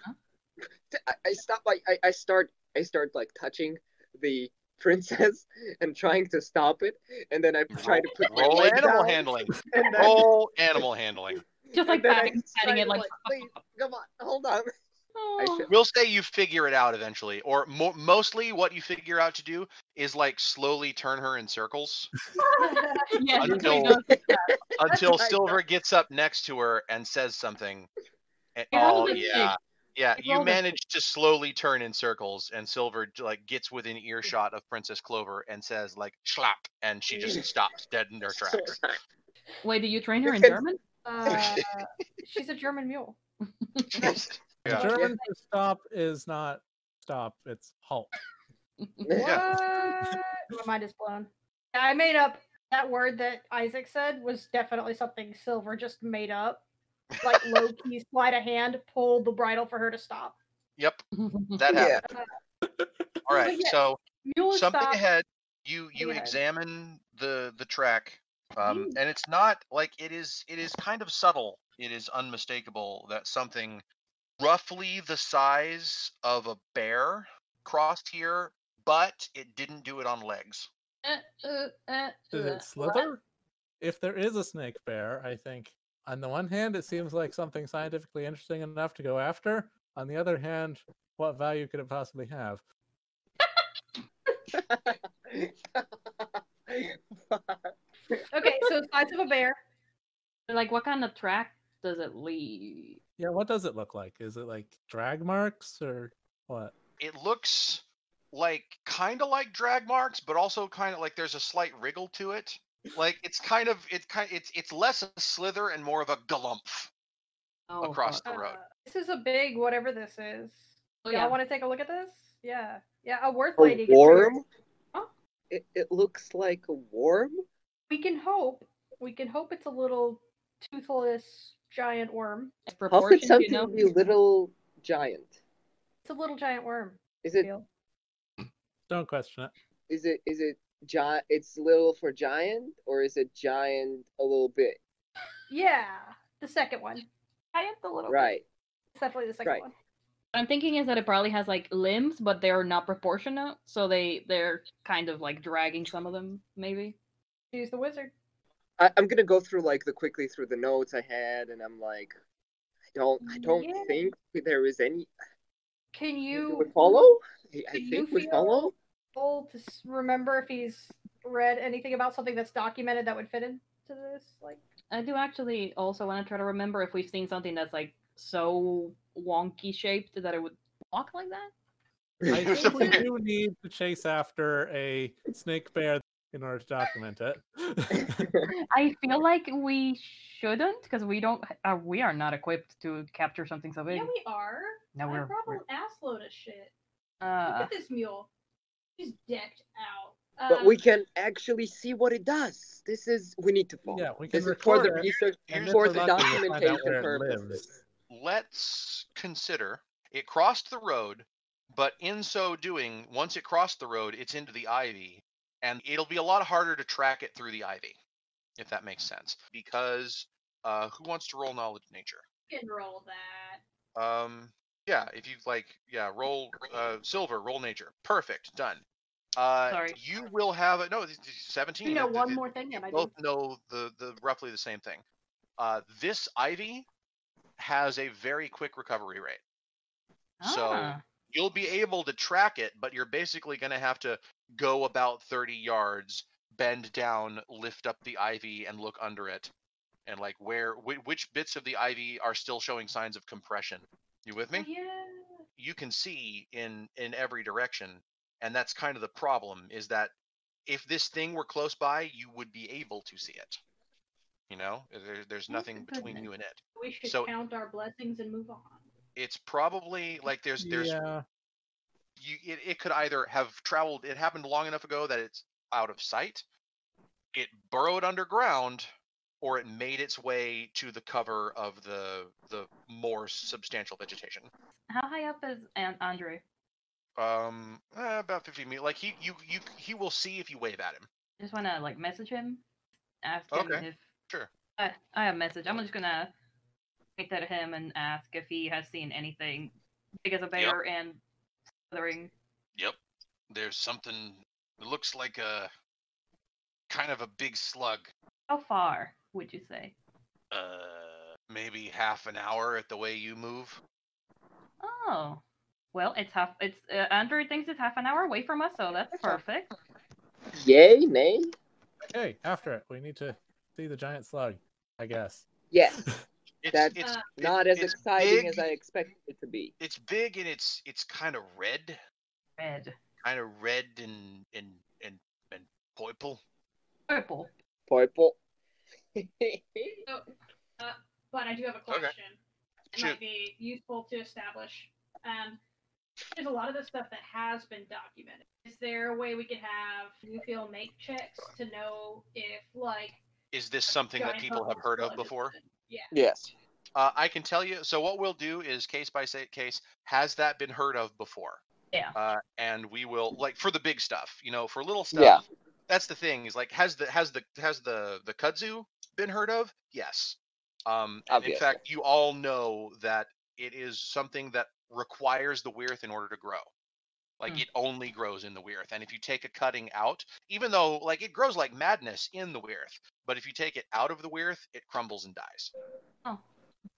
t- I, I stop like I, I start I start like touching the princess and trying to stop it and then I try to put my Roll leg animal down, handling. and then, Roll animal handling. Just and like then I patting- patting try it, to, like- "Please, come on hold on oh. should- We'll say you figure it out eventually, or mo- mostly what you figure out to do is like slowly turn her in circles yeah, Until- there you go. until what I Silver gets up next to her and says something. And- You rolled oh a six. yeah, yeah. You You rolled a six. manage to slowly turn in circles, and Silver j- like gets within earshot of Princess Clover and says like "schlap," and she just stops dead in her tracks. Wait, do you train her in Yes. German? Uh, she's a German mule. In Yeah. German for stop is not stop, it's halt. What? Yeah. My mind is blown. Yeah, I made up that word that Isaac said was definitely something Silver just made up. Like low key sleight of hand, pulled the bridle for her to stop. Yep, Uh, that Yeah. happened. All right, yeah, so Mule is something stopped. ahead. You you ahead. examine the the track, um, and it's not like it is. It is kind of subtle. It is unmistakable that something roughly the size of a bear crossed here, but it didn't do it on legs. Uh, uh, uh, Did uh, it slither? If there is a snake bear, I think on the one hand it seems like something scientifically interesting enough to go after. On the other hand, what value could it possibly have? Okay, so size of a bear. Like, what kind of track does it leave? Yeah, what does it look like? Is it like drag marks or what? It looks like kind of like drag marks, but also kind of like there's a slight wriggle to it. Like it's kind of it kind it's it's less a slither and more of a galumph. Oh, Across fuck. the- road. Uh, this is a big whatever this is. Oh, yeah. yeah. I want to take a look at this. Yeah. Yeah, a worth lady. a gets here. worm Oh. Huh? it, it looks like a worm We can hope. We can hope it's a little toothless giant worm. It's how could proportioned, something you know? be little giant It's a little giant worm. is it Feel. Don't question it. is it is it giant it's little for giant or is it giant a little bit Yeah, the second one. I have the little. right It's definitely the second Right. one. What I'm thinking is that it probably has like limbs, but they're not proportionate, so they they're kind of like dragging some of them, maybe. She's the wizard. I, I'm gonna go through like the quickly through the notes I had, and I'm like, I don't, I don't Yeah. think there is any. Can Do you we follow? I, I do you think we feel- follow. roll to s- remember if he's read anything about something that's documented that would fit into this? Like, I do actually also want to try to remember if we've seen something that's like so wonky shaped that it would walk like that. I There's think we something- do need to chase after a snake bear in order to document it. I feel like we shouldn't because we don't. Uh, we are not equipped to capture something so big. yeah, we are. No, I we're- brought we're- an ass load of shit. Look uh, at this mule. She's decked out. But Um, we can actually see what it does. This is we need to follow. yeah, we can this is for record the it. research and Here's if for we're the lucky, we'll find out documentation where it lives. purposes. let's consider it crossed the road, but in so doing, once it crossed the road, it's into the ivy, and it'll be a lot harder to track it through the ivy, if that makes sense. Because uh, who wants to roll knowledge nature? we can roll that. Um, yeah, if you like, yeah, roll uh, silver, roll nature. Perfect, done. Uh, Sorry. You will have a, no it's- it's seventeen. You know, it- it- one it- more thing that might be. both know the, the roughly the same thing. Uh, this ivy has a very quick recovery rate. So ah, you'll be able to track it, but you're basically going to have to go about 30 yards, bend down, lift up the ivy, and look under it, and like where whi- which bits of the ivy are still showing signs of compression. You with me? Yeah. you can see in in every direction and that's kind of the problem is that if this thing were close by you would be able to see it you know there, there's Oh, nothing goodness. between you and it We should So- count our blessings and move on. it's probably like there's there's uh yeah, you it, it could either have traveled it happened long enough ago that it's out of sight it burrowed underground or it made its way to the cover of the the more substantial vegetation how high up is An- Andre? um eh, about 50 meters like he you you he will see if you wave at him Just want to like message him, ask him Okay, if sure. I, I have a message. I'm just gonna point that at him and ask if he has seen anything big as a bear and slithering. Yep. There's something that looks like a kind of a big slug. How far would you say? Uh maybe half an hour at the way you move. Oh, well, it's half. It's uh, Andrew thinks it's half an hour away from us, so that's perfect. Yay, nay? hey, after it, we need to see the giant slug. I guess. Yes. It's That's it's Uh, Not as it's exciting big. as I expected it to be. it's big and it's it's kind of red, Red, kind of red and and and and purple. purple. Purple. uh, But I do have a Okay. question. It Shoot. might be useful to establish. Um, there's a lot of the stuff that has been documented. Is there a way we could have you feel make checks to know if like Is this something that giant people have bubbles heard of flooded? before? Yeah. yes. Uh, I can tell you. So what we'll do is case by sa- case, has that been heard of before? Yeah. Uh, and we will like for the big stuff, you know, for little stuff. Yeah. That's the thing is like has the has the has the the kudzu been heard of? Yes. Um, and in Obviously. fact, you all know that it is something that requires the weirth in order to grow. Like Hmm. it only grows in the weirth, and if you take a cutting out, even though like it grows like madness in the weirth, but if you take it out of the weirth, it crumbles and dies. Oh.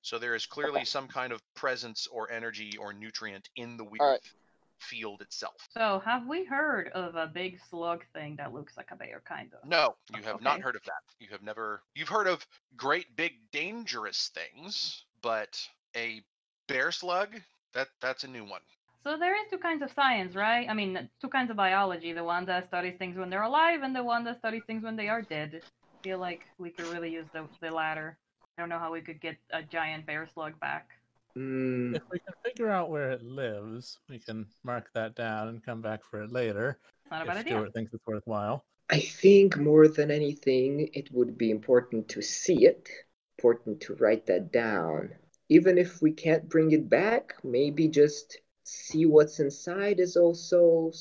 So there is clearly some kind of presence or energy or nutrient in the weird right. field itself. So, have we heard of a big slug thing that looks like a bear, kind of? No, you have not Okay. heard of that. You have never you've heard of great big dangerous things, but a bear slug? That that's a new one. So there is two kinds of science, right? I mean, two kinds of biology: the one that studies things when they're alive, and the one that studies things when they are dead. I feel like we could really use the the latter. I don't know how we could get a giant bear slug back. Mm, If we can figure out where it lives, we can mark that down and come back for it later. It's not a if bad idea. Stuart thinks it's worthwhile. I think more than anything, it would be important to see it, important to write that down. Even if we can't bring it back, maybe just see what's inside is also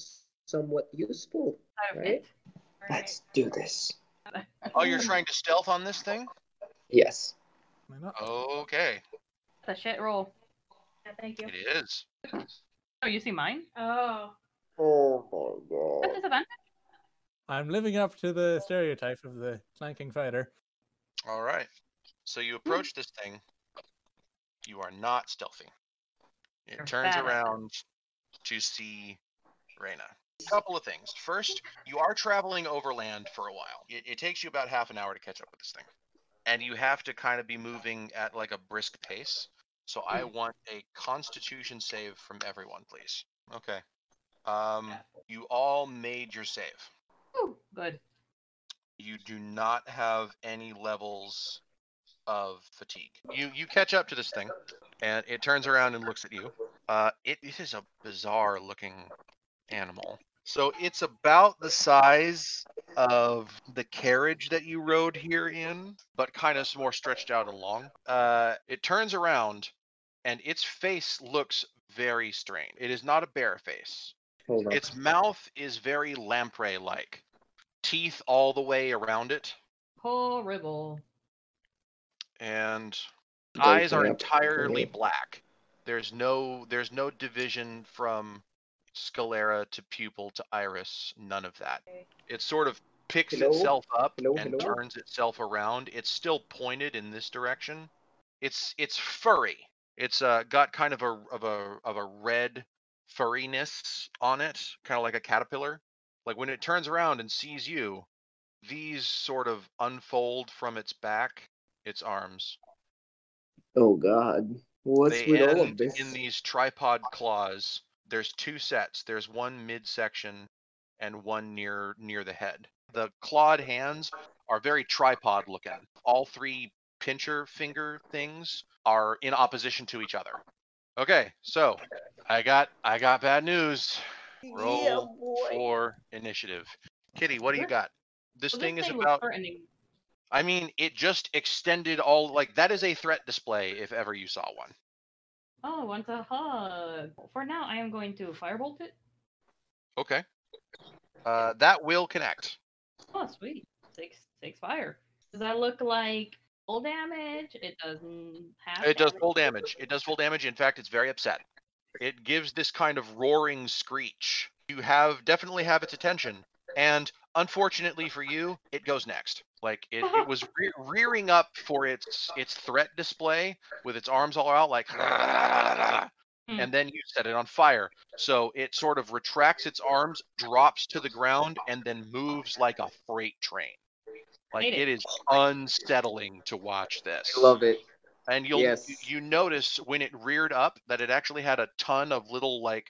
somewhat useful. Out of right? it. Let's do this. Oh, you're trying to stealth on this thing? Yes. Why not? Oh. Okay, It's a shit roll. Yeah, thank you. it is. Oh, you see mine? Oh, Oh At disadvantage? I'm living up to the stereotype of the clanking fighter. All right. So you approach this thing. You are not stealthy. It You're turns bad at it. around to see Reyna. couple of things. First, you are traveling overland for a while. It, it takes you about half an hour to catch up with this thing, and you have to kind of be moving at like a brisk pace. So I want a Constitution save from everyone, please. Okay. Um, you all made your save. Ooh, good. You do not have any levels of fatigue. You you catch up to this thing, and it turns around and looks at you. Uh, it, it is a bizarre looking animal. So it's about the size of the carriage that you rode here in, but kind of more stretched out and long. Uh, it turns around, and its face looks very strange. It is not a bear face. Hold on. Its mouth is very lamprey-like, teeth all the way around it, Horrible. and Those eyes are lamprey. entirely black. There's no there's no division from sclera to pupil to iris, none of that. It sort of picks Hello? itself up Hello, and hello? turns itself around. It's still pointed in this direction. It's it's furry. It's uh, got kind of a of a of a red furriness on it, kind of like a caterpillar. Like when it turns around and sees you, these sort of unfold from its back, its arms, Oh God, what's they with end all of this? in these tripod claws. There's two sets. There's one midsection and one near near the head. The clawed hands are very tripod looking. All three pincher finger things are in opposition to each other. Okay, so I got I got bad news. Roll for initiative. Kitty, what do you Sure. got? This Well, thing this is was about threatening. I mean, it just extended all like that is a threat display if ever you saw one. Oh, I want a hug. For now, I am going to firebolt it. Okay. Uh, that will connect. Oh, sweet. Six, six fire. Does that look like full damage? It doesn't have. It does full damage. It does full damage. In fact, it's very upset. It gives this kind of roaring screech. You have definitely have its attention, and unfortunately for you, it goes next. Like it, it was re- rearing up for its its threat display with its arms all out, like, and then you set it on fire. So it sort of retracts its arms, drops to the ground, and then moves like a freight train. Like Hate it. it is unsettling to watch this. I love it. And you'll Yes. you notice when it reared up that it actually had a ton of little like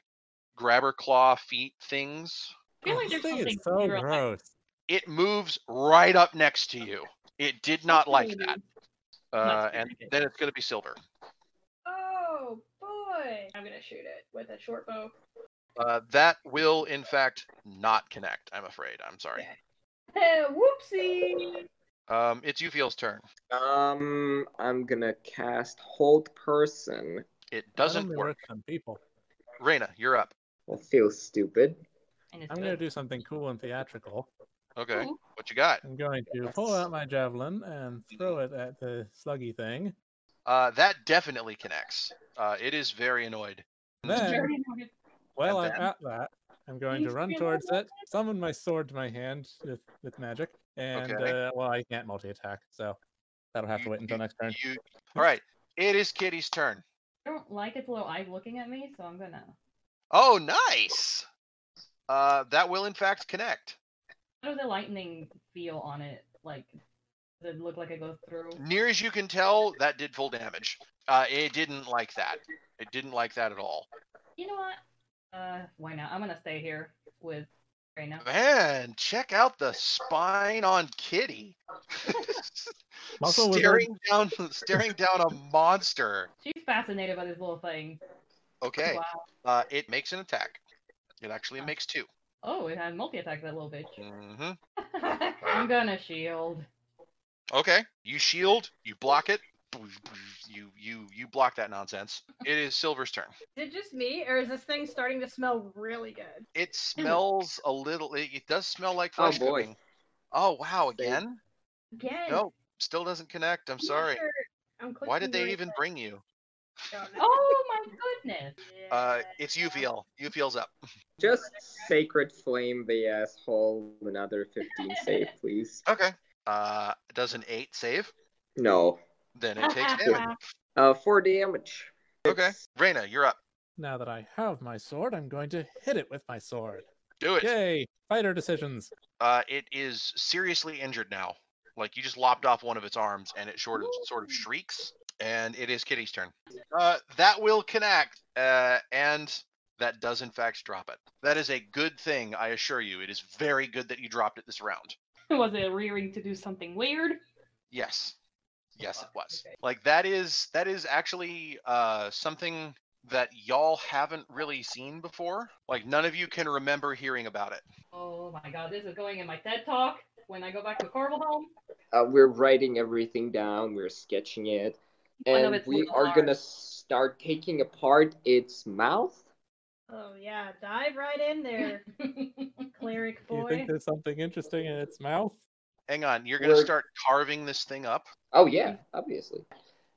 grabber claw feet things. I feel like this there's thing something is so you're like- gross. It moves right up next to you. It did not like that. Uh, Let's and drink it. then it's gonna be silver. Oh boy! I'm gonna shoot it with a short bow. Uh, that will in fact not connect. I'm afraid. I'm sorry. Whoopsie! Um, it's Ufiel's turn. Um, I'm gonna cast Hold Person. It That doesn't only work. works on people. Reina, you're up. That feels stupid. And it's I'm good. gonna do something cool and theatrical. Okay. Ooh. What you got? I'm going to pull out my javelin and throw it at the sluggy thing. Uh, that definitely connects. Uh, it is very annoyed. Then Very nice. Well, And I'm then- at that. I'm going to You run feel towards like it, summon my sword to my hand with, with magic, and Okay. uh, well, I can't multi attack, so that'll have to You- wait until next turn. You. All right. It is Kitty's turn. I don't like its little eye looking at me, so I'm gonna. Oh, nice. Uh, that will in fact connect. How does the lightning feel on it? Like, does it look like it goes through? Near as you can tell, that did full damage. Uh, it didn't like that. It didn't like that at all. You know what? Uh, why not? I'm gonna stay here with Reina. Man, check out the spine on Kitty. Muscle wizard. staring down, staring down a monster. She's fascinated by this little thing. Okay. Wow. Uh, it makes an attack. It actually Oh. makes 2 Oh, it had multi attack that little bitch. Mm-hmm. I'm gonna shield. Okay. You shield. You block it. You you you block that nonsense. It is Silver's turn. Is it just me, or is this thing starting to smell really good? It smells a little. It, it does smell like Oh, flesh boy. cooking. Oh wow! See? Again? Again. No, still doesn't connect. I'm sorry. I'm Why did clicking they the even right bring you? button. Don't know. Oh my goodness! Uh, Yeah. it's UVL. UVL's up. Just Sacred Flame the asshole. Another 15 save, please. Okay. Uh, does an eight save? No. Then it takes damage. Uh, four damage. Okay. Reyna, you're up. Now that I have my sword, I'm going to hit it with my sword. Do it. Yay! Fighter decisions. Uh, it is seriously injured now. Like you just lopped off one of its arms, and it sort of sort of shrieks. And it is Kitty's turn. Uh, that will connect, uh, and that does in fact drop it. That is a good thing, I assure you. It is very good that you dropped it this round. Was it rearing to do something weird? Yes, yes, it was. Like that is that is actually uh, something that y'all haven't really seen before. Like none of you can remember hearing about it. Oh my god, this is going in my TED talk when I go back to Corval Home. Uh, we're writing everything down. We're sketching it, One of and its we little are gonna arms. start taking apart its mouth. Oh yeah, dive right in there, cleric Do you boy. think there's something interesting in its mouth? Hang on, you're gonna We're- start carving this thing up. Oh yeah, obviously.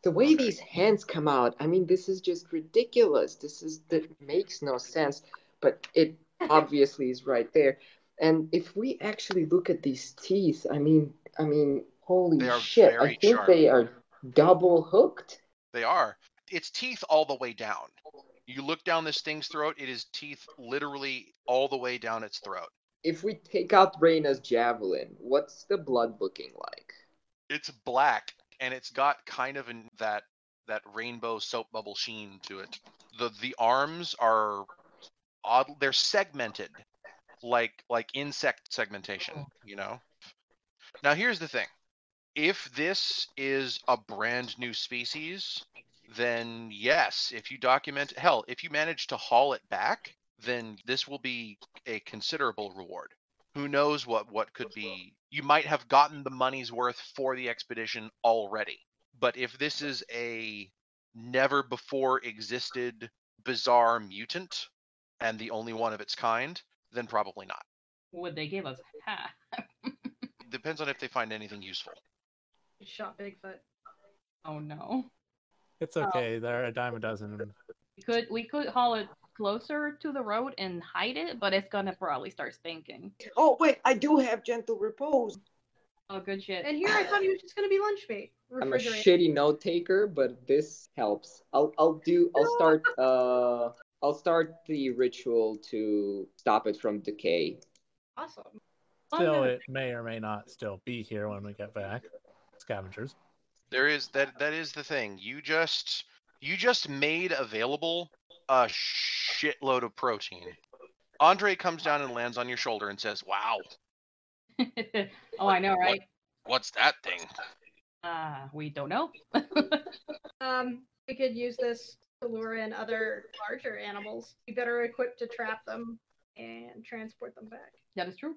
The way Okay. these hands come out, I mean, this is just ridiculous. This is that makes no sense, but it obviously is right there. And if we actually look at these teeth, I mean, I mean, holy They are shit! I very think sharp. they are double hooked. They are. Its teeth all the way down. You look down this thing's throat, it is teeth literally all the way down its throat. If we take out Reyna's javelin, what's the blood looking like? It's black and it's got kind of an, that that rainbow soap bubble sheen to it. The the arms are odd they're segmented like like insect segmentation, you know. Now here's the thing. If this is a brand new species, then yes, if you document hell, if you manage to haul it back, then this will be a considerable reward. Who knows what what could be? You might have gotten the money's worth for the expedition already. But if this is a never before existed bizarre mutant and the only one of its kind, then probably not. Would they give us? Ha. Depends on if they find anything useful. Shot Bigfoot. Oh no. It's okay. They're a dime a dozen. We could we could haul it closer to the road and hide it, but it's gonna probably start stinking. Oh wait, I do have gentle repose. Oh good shit. And here I thought he was just gonna be lunch bait. I'm a Refrigerator. shitty note taker, but this helps. I'll I'll do I'll start uh I'll start the ritual to stop it from decay. awesome. Long Still, as- it may or may not still be here when we get back. Scavengers. There is that that is the thing. You just you just made available a shitload of protein. Andre comes down and lands on your shoulder and says, "Wow, oh, I know, right? what's that thing?" Uh, we don't know. Um, we could use this to lure in other larger animals. Be better equipped to trap them and transport them back. that is true.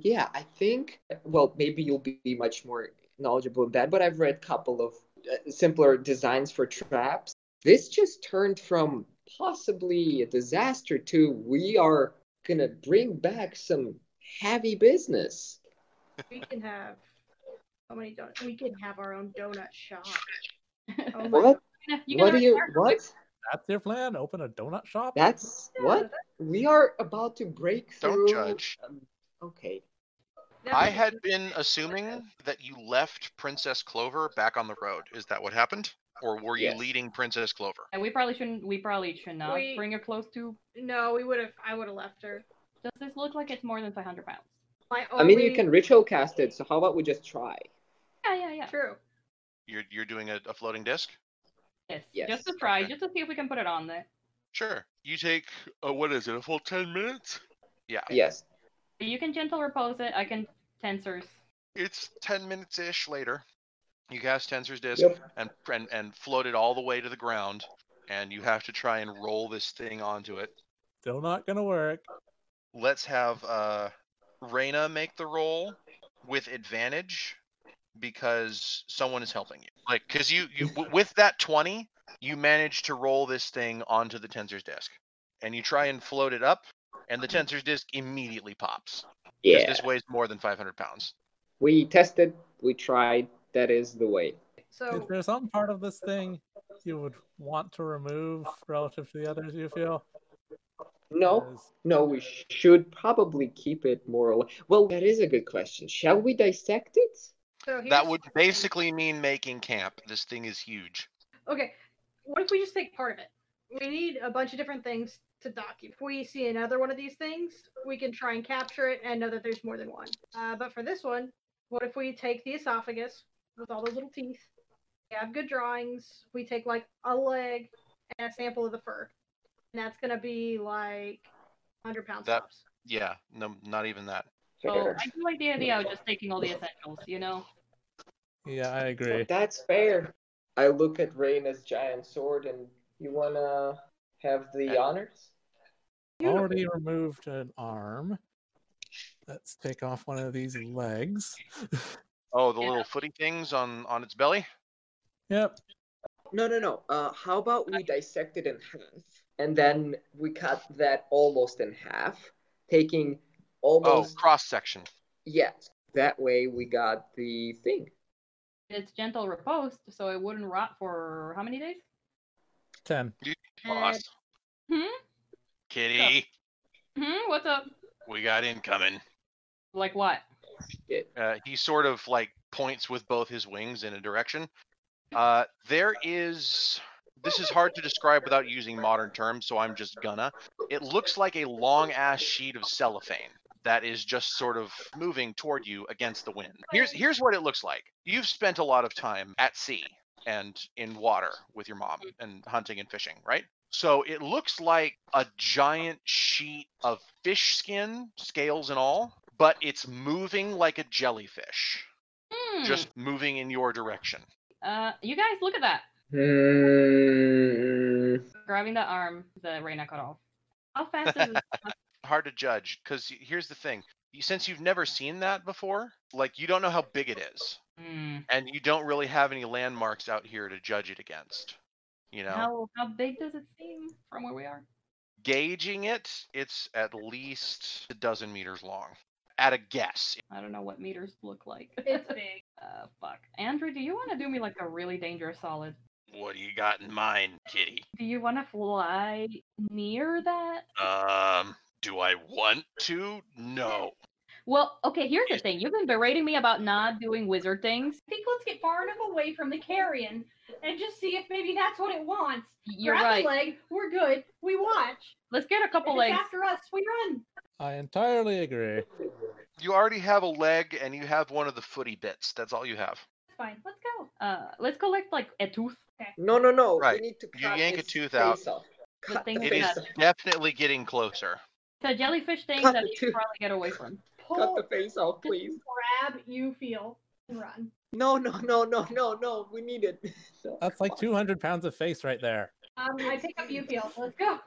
Yeah, I think well maybe you'll be much more knowledgeable in that, but I've read a couple of uh, simpler designs for traps. This just turned from possibly a disaster to we are going to bring back some heavy business. We can have how many donuts? We can have our own donut shop. Oh my What? You gotta- What do gotta you remember- what? That's your plan. Open a donut shop. That's Yeah, what? that- We are about to break through. Don't judge. um, okay. that I was- had been assuming that you left Princess Clover back on the road. Is that what happened? Or were you Yes. leading Princess Clover? And we probably shouldn't. We probably should not We- bring her close to. No, we would have. I would have left her. Does this look like it's more than 500 pounds? My I mean, you only- can ritual cast it, so how about we just try? Yeah, yeah, yeah. True. You're you're doing a, a floating disc? Yes. Yes. Just to try, Okay. just to see if we can put it on there. Sure. You take uh, what is it? A full 10 minutes? Yeah. Yes. You can gentle repose it. I can tensors. It's 10 minutes ish later. You cast Tensor's disc Yep. and, and and float it all the way to the ground and you have to try and roll this thing onto it. Still not gonna work. Let's have uh Reyna make the roll with advantage because someone is helping you. Like cuz you you w- with that 20, you manage to roll this thing onto the tensor's disk and you try and float it up and the tensor's disk immediately pops. 'cause Yeah. This weighs more than 500 pounds. We tested, we tried. That is the way. If So there's some part of this thing you would want to remove relative to the others, you feel? No, Because no, we should probably keep it more or less. Well, that is a good question. Shall we dissect it? so here's, That would basically mean making camp. This thing is huge. Okay, what if we just take part of it? We need a bunch of different things to dock you. If we see another one of these things, we can try and capture it and know that there's more than one. Uh, but for this one, what if we take the esophagus with all those little teeth? We have good drawings. We take like a leg and a sample of the fur, and that's gonna be like 100 pounds. That- Yeah, no, not even that. So Fair. I do like the idea of just taking all the essentials, you know? Yeah, I agree. That's fair. I look at Reyna's giant sword, and you wanna have the honors? Already removed an arm. Let's take off one of these legs. Oh, the Yeah. little footy things on on its belly. Yep. No, no, no. Uh, how about we dissect it in half, and then we cut that almost in half, taking Oh, almost cross section. yes. That way we got the thing. And It's gentle repost, so it wouldn't rot for how many days? 10. Boss. Hmm? Kitty, Hmm, what's up? we got incoming. Like what? Shit. Uh, he sort of like points with both his wings in a direction. Uh, there is. This is hard to describe without using modern terms, so I'm just gonna. It looks like a long ass sheet of cellophane that is just sort of moving toward you against the wind. Here's here's what it looks like. You've spent a lot of time at sea and in water with your mom and hunting and fishing, right? So it looks like a giant sheet of fish skin, scales and all, but it's moving like a jellyfish, Hmm. just moving in your direction. Uh, you guys, look at that. Hmm. Grabbing the arm, the Reina cut off. How fast is this? Hard to judge because here's the thing. You- Since you've never seen that before, like you don't know how big it is, Hmm. and you don't really have any landmarks out here to judge it against. You know, How how big does it seem from where we are? gauging it, it's at least a dozen meters long. At a guess, I don't know what meters look like. It's big. uh, fuck. Andrew, do you want to do me like a really dangerous solid? what do you got in mind, Kitty? Do you want to fly near that? Um, do I want to? No. Well, okay. Here's the thing. You've been berating me about not doing wizard things. I think let's get far enough away from the carrion and just see if maybe that's what it wants. You're Grab right. the leg. We're good. We watch. Let's get a If couple it's legs. after us. We run. I entirely agree. You already have a leg and you have one of the footy bits. That's all you have. It's fine. Let's go. Uh, let's collect like a tooth. No, no, no. Right. We need to You cut yank a its tooth face out. off. The Cut thing the It is face off. definitely getting closer. It's a jellyfish thing Cut that the you should tooth. probably get away from. Cut Pull. the face off, please. Grab. You feel. And run. No, no, no, no, no, no. We need it. No. That's like 200 pounds of face right there. Um, I pick up you feel. Let's go.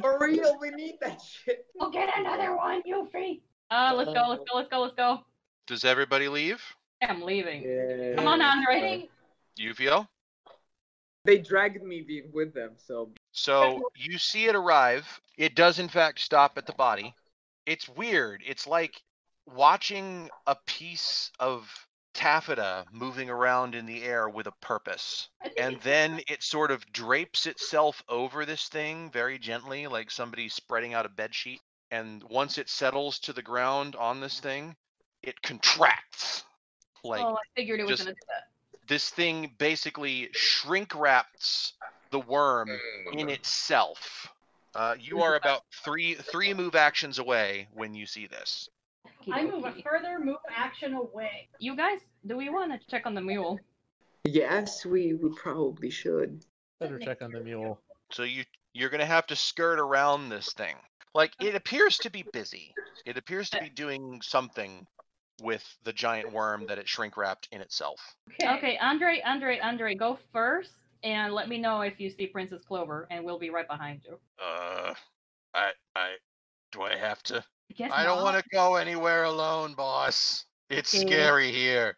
For real, we need that shit. We'll get another one. You free. Uh, let's go. Let's go. Let's go. Let's go. Does everybody leave? I'm leaving. Yeah. Come on, Andre. Waiting. UVO? They dragged me be- with them, so So you see it arrive. It does, in fact, stop at the body. It's weird. It's like watching a piece of taffeta moving around in the air with a purpose. I think And then it sort of drapes itself over this thing very gently, like somebody spreading out a bed sheet. And once it settles to the ground on this thing, it contracts. Like oh, I figured it was just- gonna do that. this thing basically shrink wraps the worm in itself. Uh, you are about three three move actions away when you see this. I move a Okey-dokey. further move action away. You guys, do we want to check on the mule? yes, we we probably should. Better check on the mule. So you you're gonna have to skirt around this thing. Like it appears to be busy. It appears to be doing something with the giant worm that it shrink wrapped in itself. Okay. Okay, Andre, Andre, Andre, go first and let me know if you see Princess Clover, and we'll be right behind you. Uh, I I do I have to? I, guess I don't not. want to go anywhere alone, boss. It's Okay. scary here.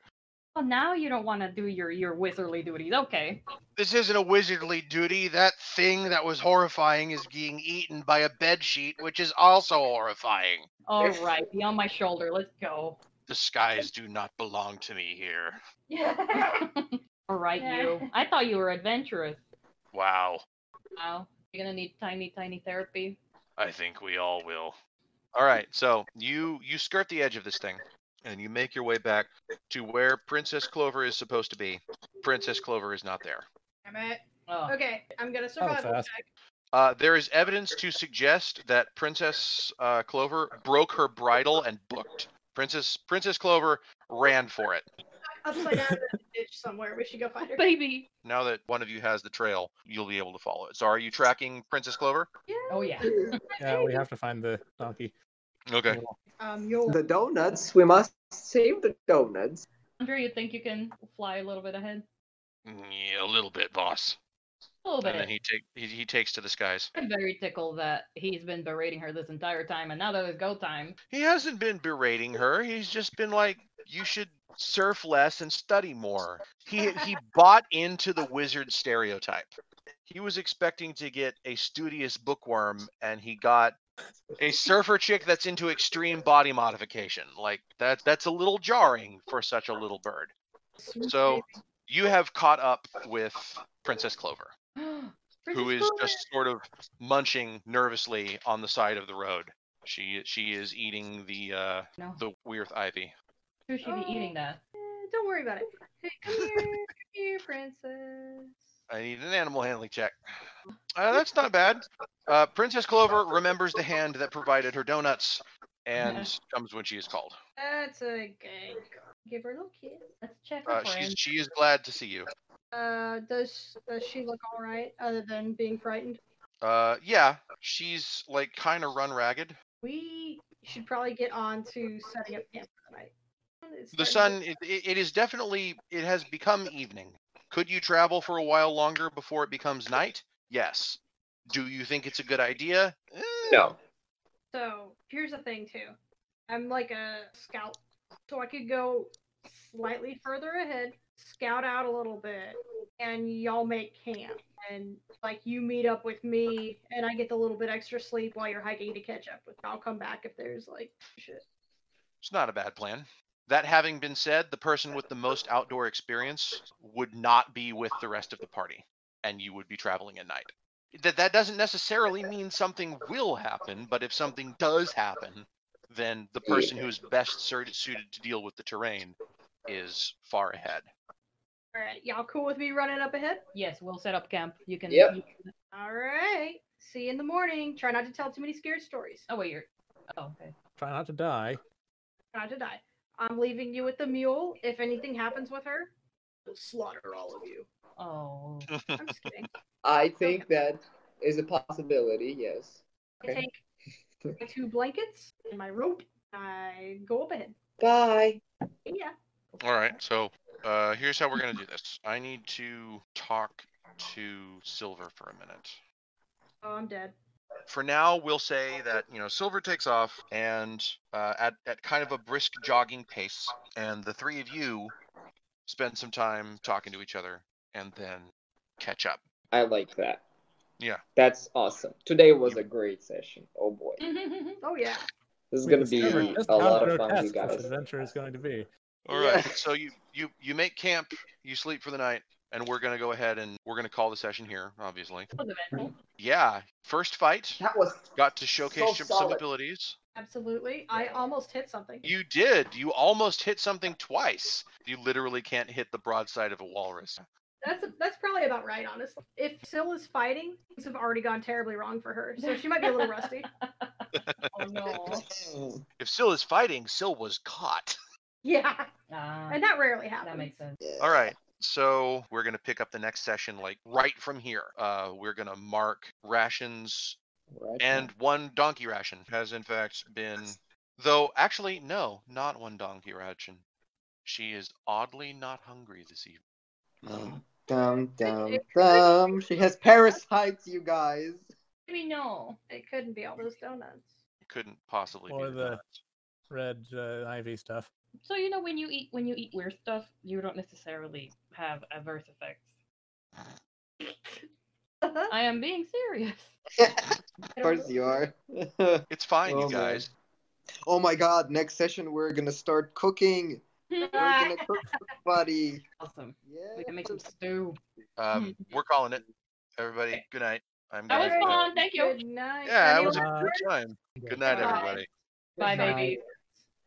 Well, now you don't want to do your your wizardly duties. Okay. this isn't a wizardly duty. That thing that was horrifying is being eaten by a bedsheet, which is also horrifying. All right, be on my shoulder. Let's go. The skies do not belong to me here. Yeah. All right, you. I thought you were adventurous. Wow. Wow. You're gonna need tiny, tiny therapy. I think we all will. All right, so you you skirt the edge of this thing and you make your way back to where Princess Clover is supposed to be. Princess Clover is not there. Damn it. Oh. Okay, I'm gonna was survival fast. check. Uh, there is evidence to suggest that Princess uh, Clover broke her bridle and booked. Princess Princess Clover ran for it. Upside down in a ditch somewhere. We should go find her. Baby. Now that one of you has the trail, you'll be able to follow it. So, are you tracking Princess Clover? Yeah. Oh, yeah. Yeah, we have to find the donkey. Okay. Um, you'll. The donuts. We must save the donuts. Andrew, you think you can fly a little bit ahead? Mm, Yeah, a little bit, boss. A little And then bit. he take he, he takes to the skies. I'm very tickled that he's been berating her this entire time, and now that it's go time, He hasn't been berating her. He's just been like, you should surf less and study more. He he bought into the wizard stereotype. He was expecting to get a studious bookworm, and he got a surfer chick that's into extreme body modification. Like that that's a little jarring for such a little bird. So you have caught up with Princess Clover, who is just sort of munching nervously on the side of the road. She she is eating the uh, No, the weird ivy. who should be eating that? Eh, don't worry about it. Hey, come here, come here, princess. I need an animal handling check. Uh, that's not bad. Uh, Princess Clover remembers the hand that provided her donuts and comes when she is called. That's a good girl. Give her a little kiss. Let's check her Uh, she's, friend. she is glad to see you. Uh, does does she look all right other than being frightened? Uh, yeah, she's like kind of run ragged. We should probably get on to setting up camp for the night. It's The starting sun, it, it it is definitely, it has become evening. Could you travel for a while longer before it becomes night? Yes. Do you think it's a good idea? Eh, No. to- So here's the thing too. I'm like a scout, so I could go slightly further ahead, scout out a little bit, and y'all make camp. And like you meet up with me, and I get the little bit extra sleep while you're hiking to catch up with. I'll come back if there's like shit. It's not a bad plan. That having been said, the person with the most outdoor experience would not be with the rest of the party, and you would be traveling at night. That that doesn't necessarily mean something will happen, but if something does happen, then the person who is best sur- suited to deal with the terrain is far ahead. All right, y'all cool with me running up ahead? Yes, we'll set up camp. You can. Yep. you can- All right. See you in the morning. Try not to tell too many scared stories. oh wait, you're. Oh okay. Try not to die. Try Not to die. I'm leaving you with the mule. If anything happens with her, I'll slaughter all of you. Oh. I'm just kidding. I think that is a possibility. Yes. I take my two blankets and my rope. I go up ahead. Bye. Yeah. All right, so uh, here's how we're gonna do this. I need to talk to Silver for a minute. Oh, I'm dead. for now we'll say that you know silver takes off and uh, at, at kind of a brisk jogging pace and the three of you spend some time talking to each other and then catch up I like that. Yeah. That's awesome. Today was a great session. Oh boy. Oh yeah. This is We going to be discovered just a how lot of fun, you grotesque guys. This adventure is going to be. all right so you you you make camp you sleep for the night and we're gonna go ahead and we're gonna call the session here obviously was eventful. yeah first fight That was got to showcase So some- some solid. abilities Absolutely. I almost hit something. you did you almost hit something twice you literally can't hit the broadside of a walrus That's that's probably about right, honestly. If Syl is fighting, things have already gone terribly wrong for her, so she might be a little rusty. Oh no. if Syl is fighting, Syl was caught. Yeah, Ah, and that rarely happens. that makes sense. All right. So we're gonna pick up the next session like right from here. Uh, we're gonna mark rations and one donkey ration has in fact been, though actually no, not one donkey ration. She is oddly not hungry this evening. Hmm. Dum dum dum dum. She has parasites, you guys. We know. It couldn't be all those donuts. Couldn't possibly. Or be the- nuts. Red uh, ivy stuff. So you know when you eat when you eat weird stuff, you don't necessarily have adverse effects. I am being serious. Of course you are. It's fine, Oh, you man. guys. oh my god, next session we're gonna start cooking. We're gonna cook for everybody. Awesome. Yeah. We can make some stew. Um, we're calling it. Everybody, good night. I'm Hmm. Eh, That was going to bed. fun. Thank you. Good night. Yeah, it Anyone- was a good time. Good night, Bye. everybody. Bye, Good night. baby.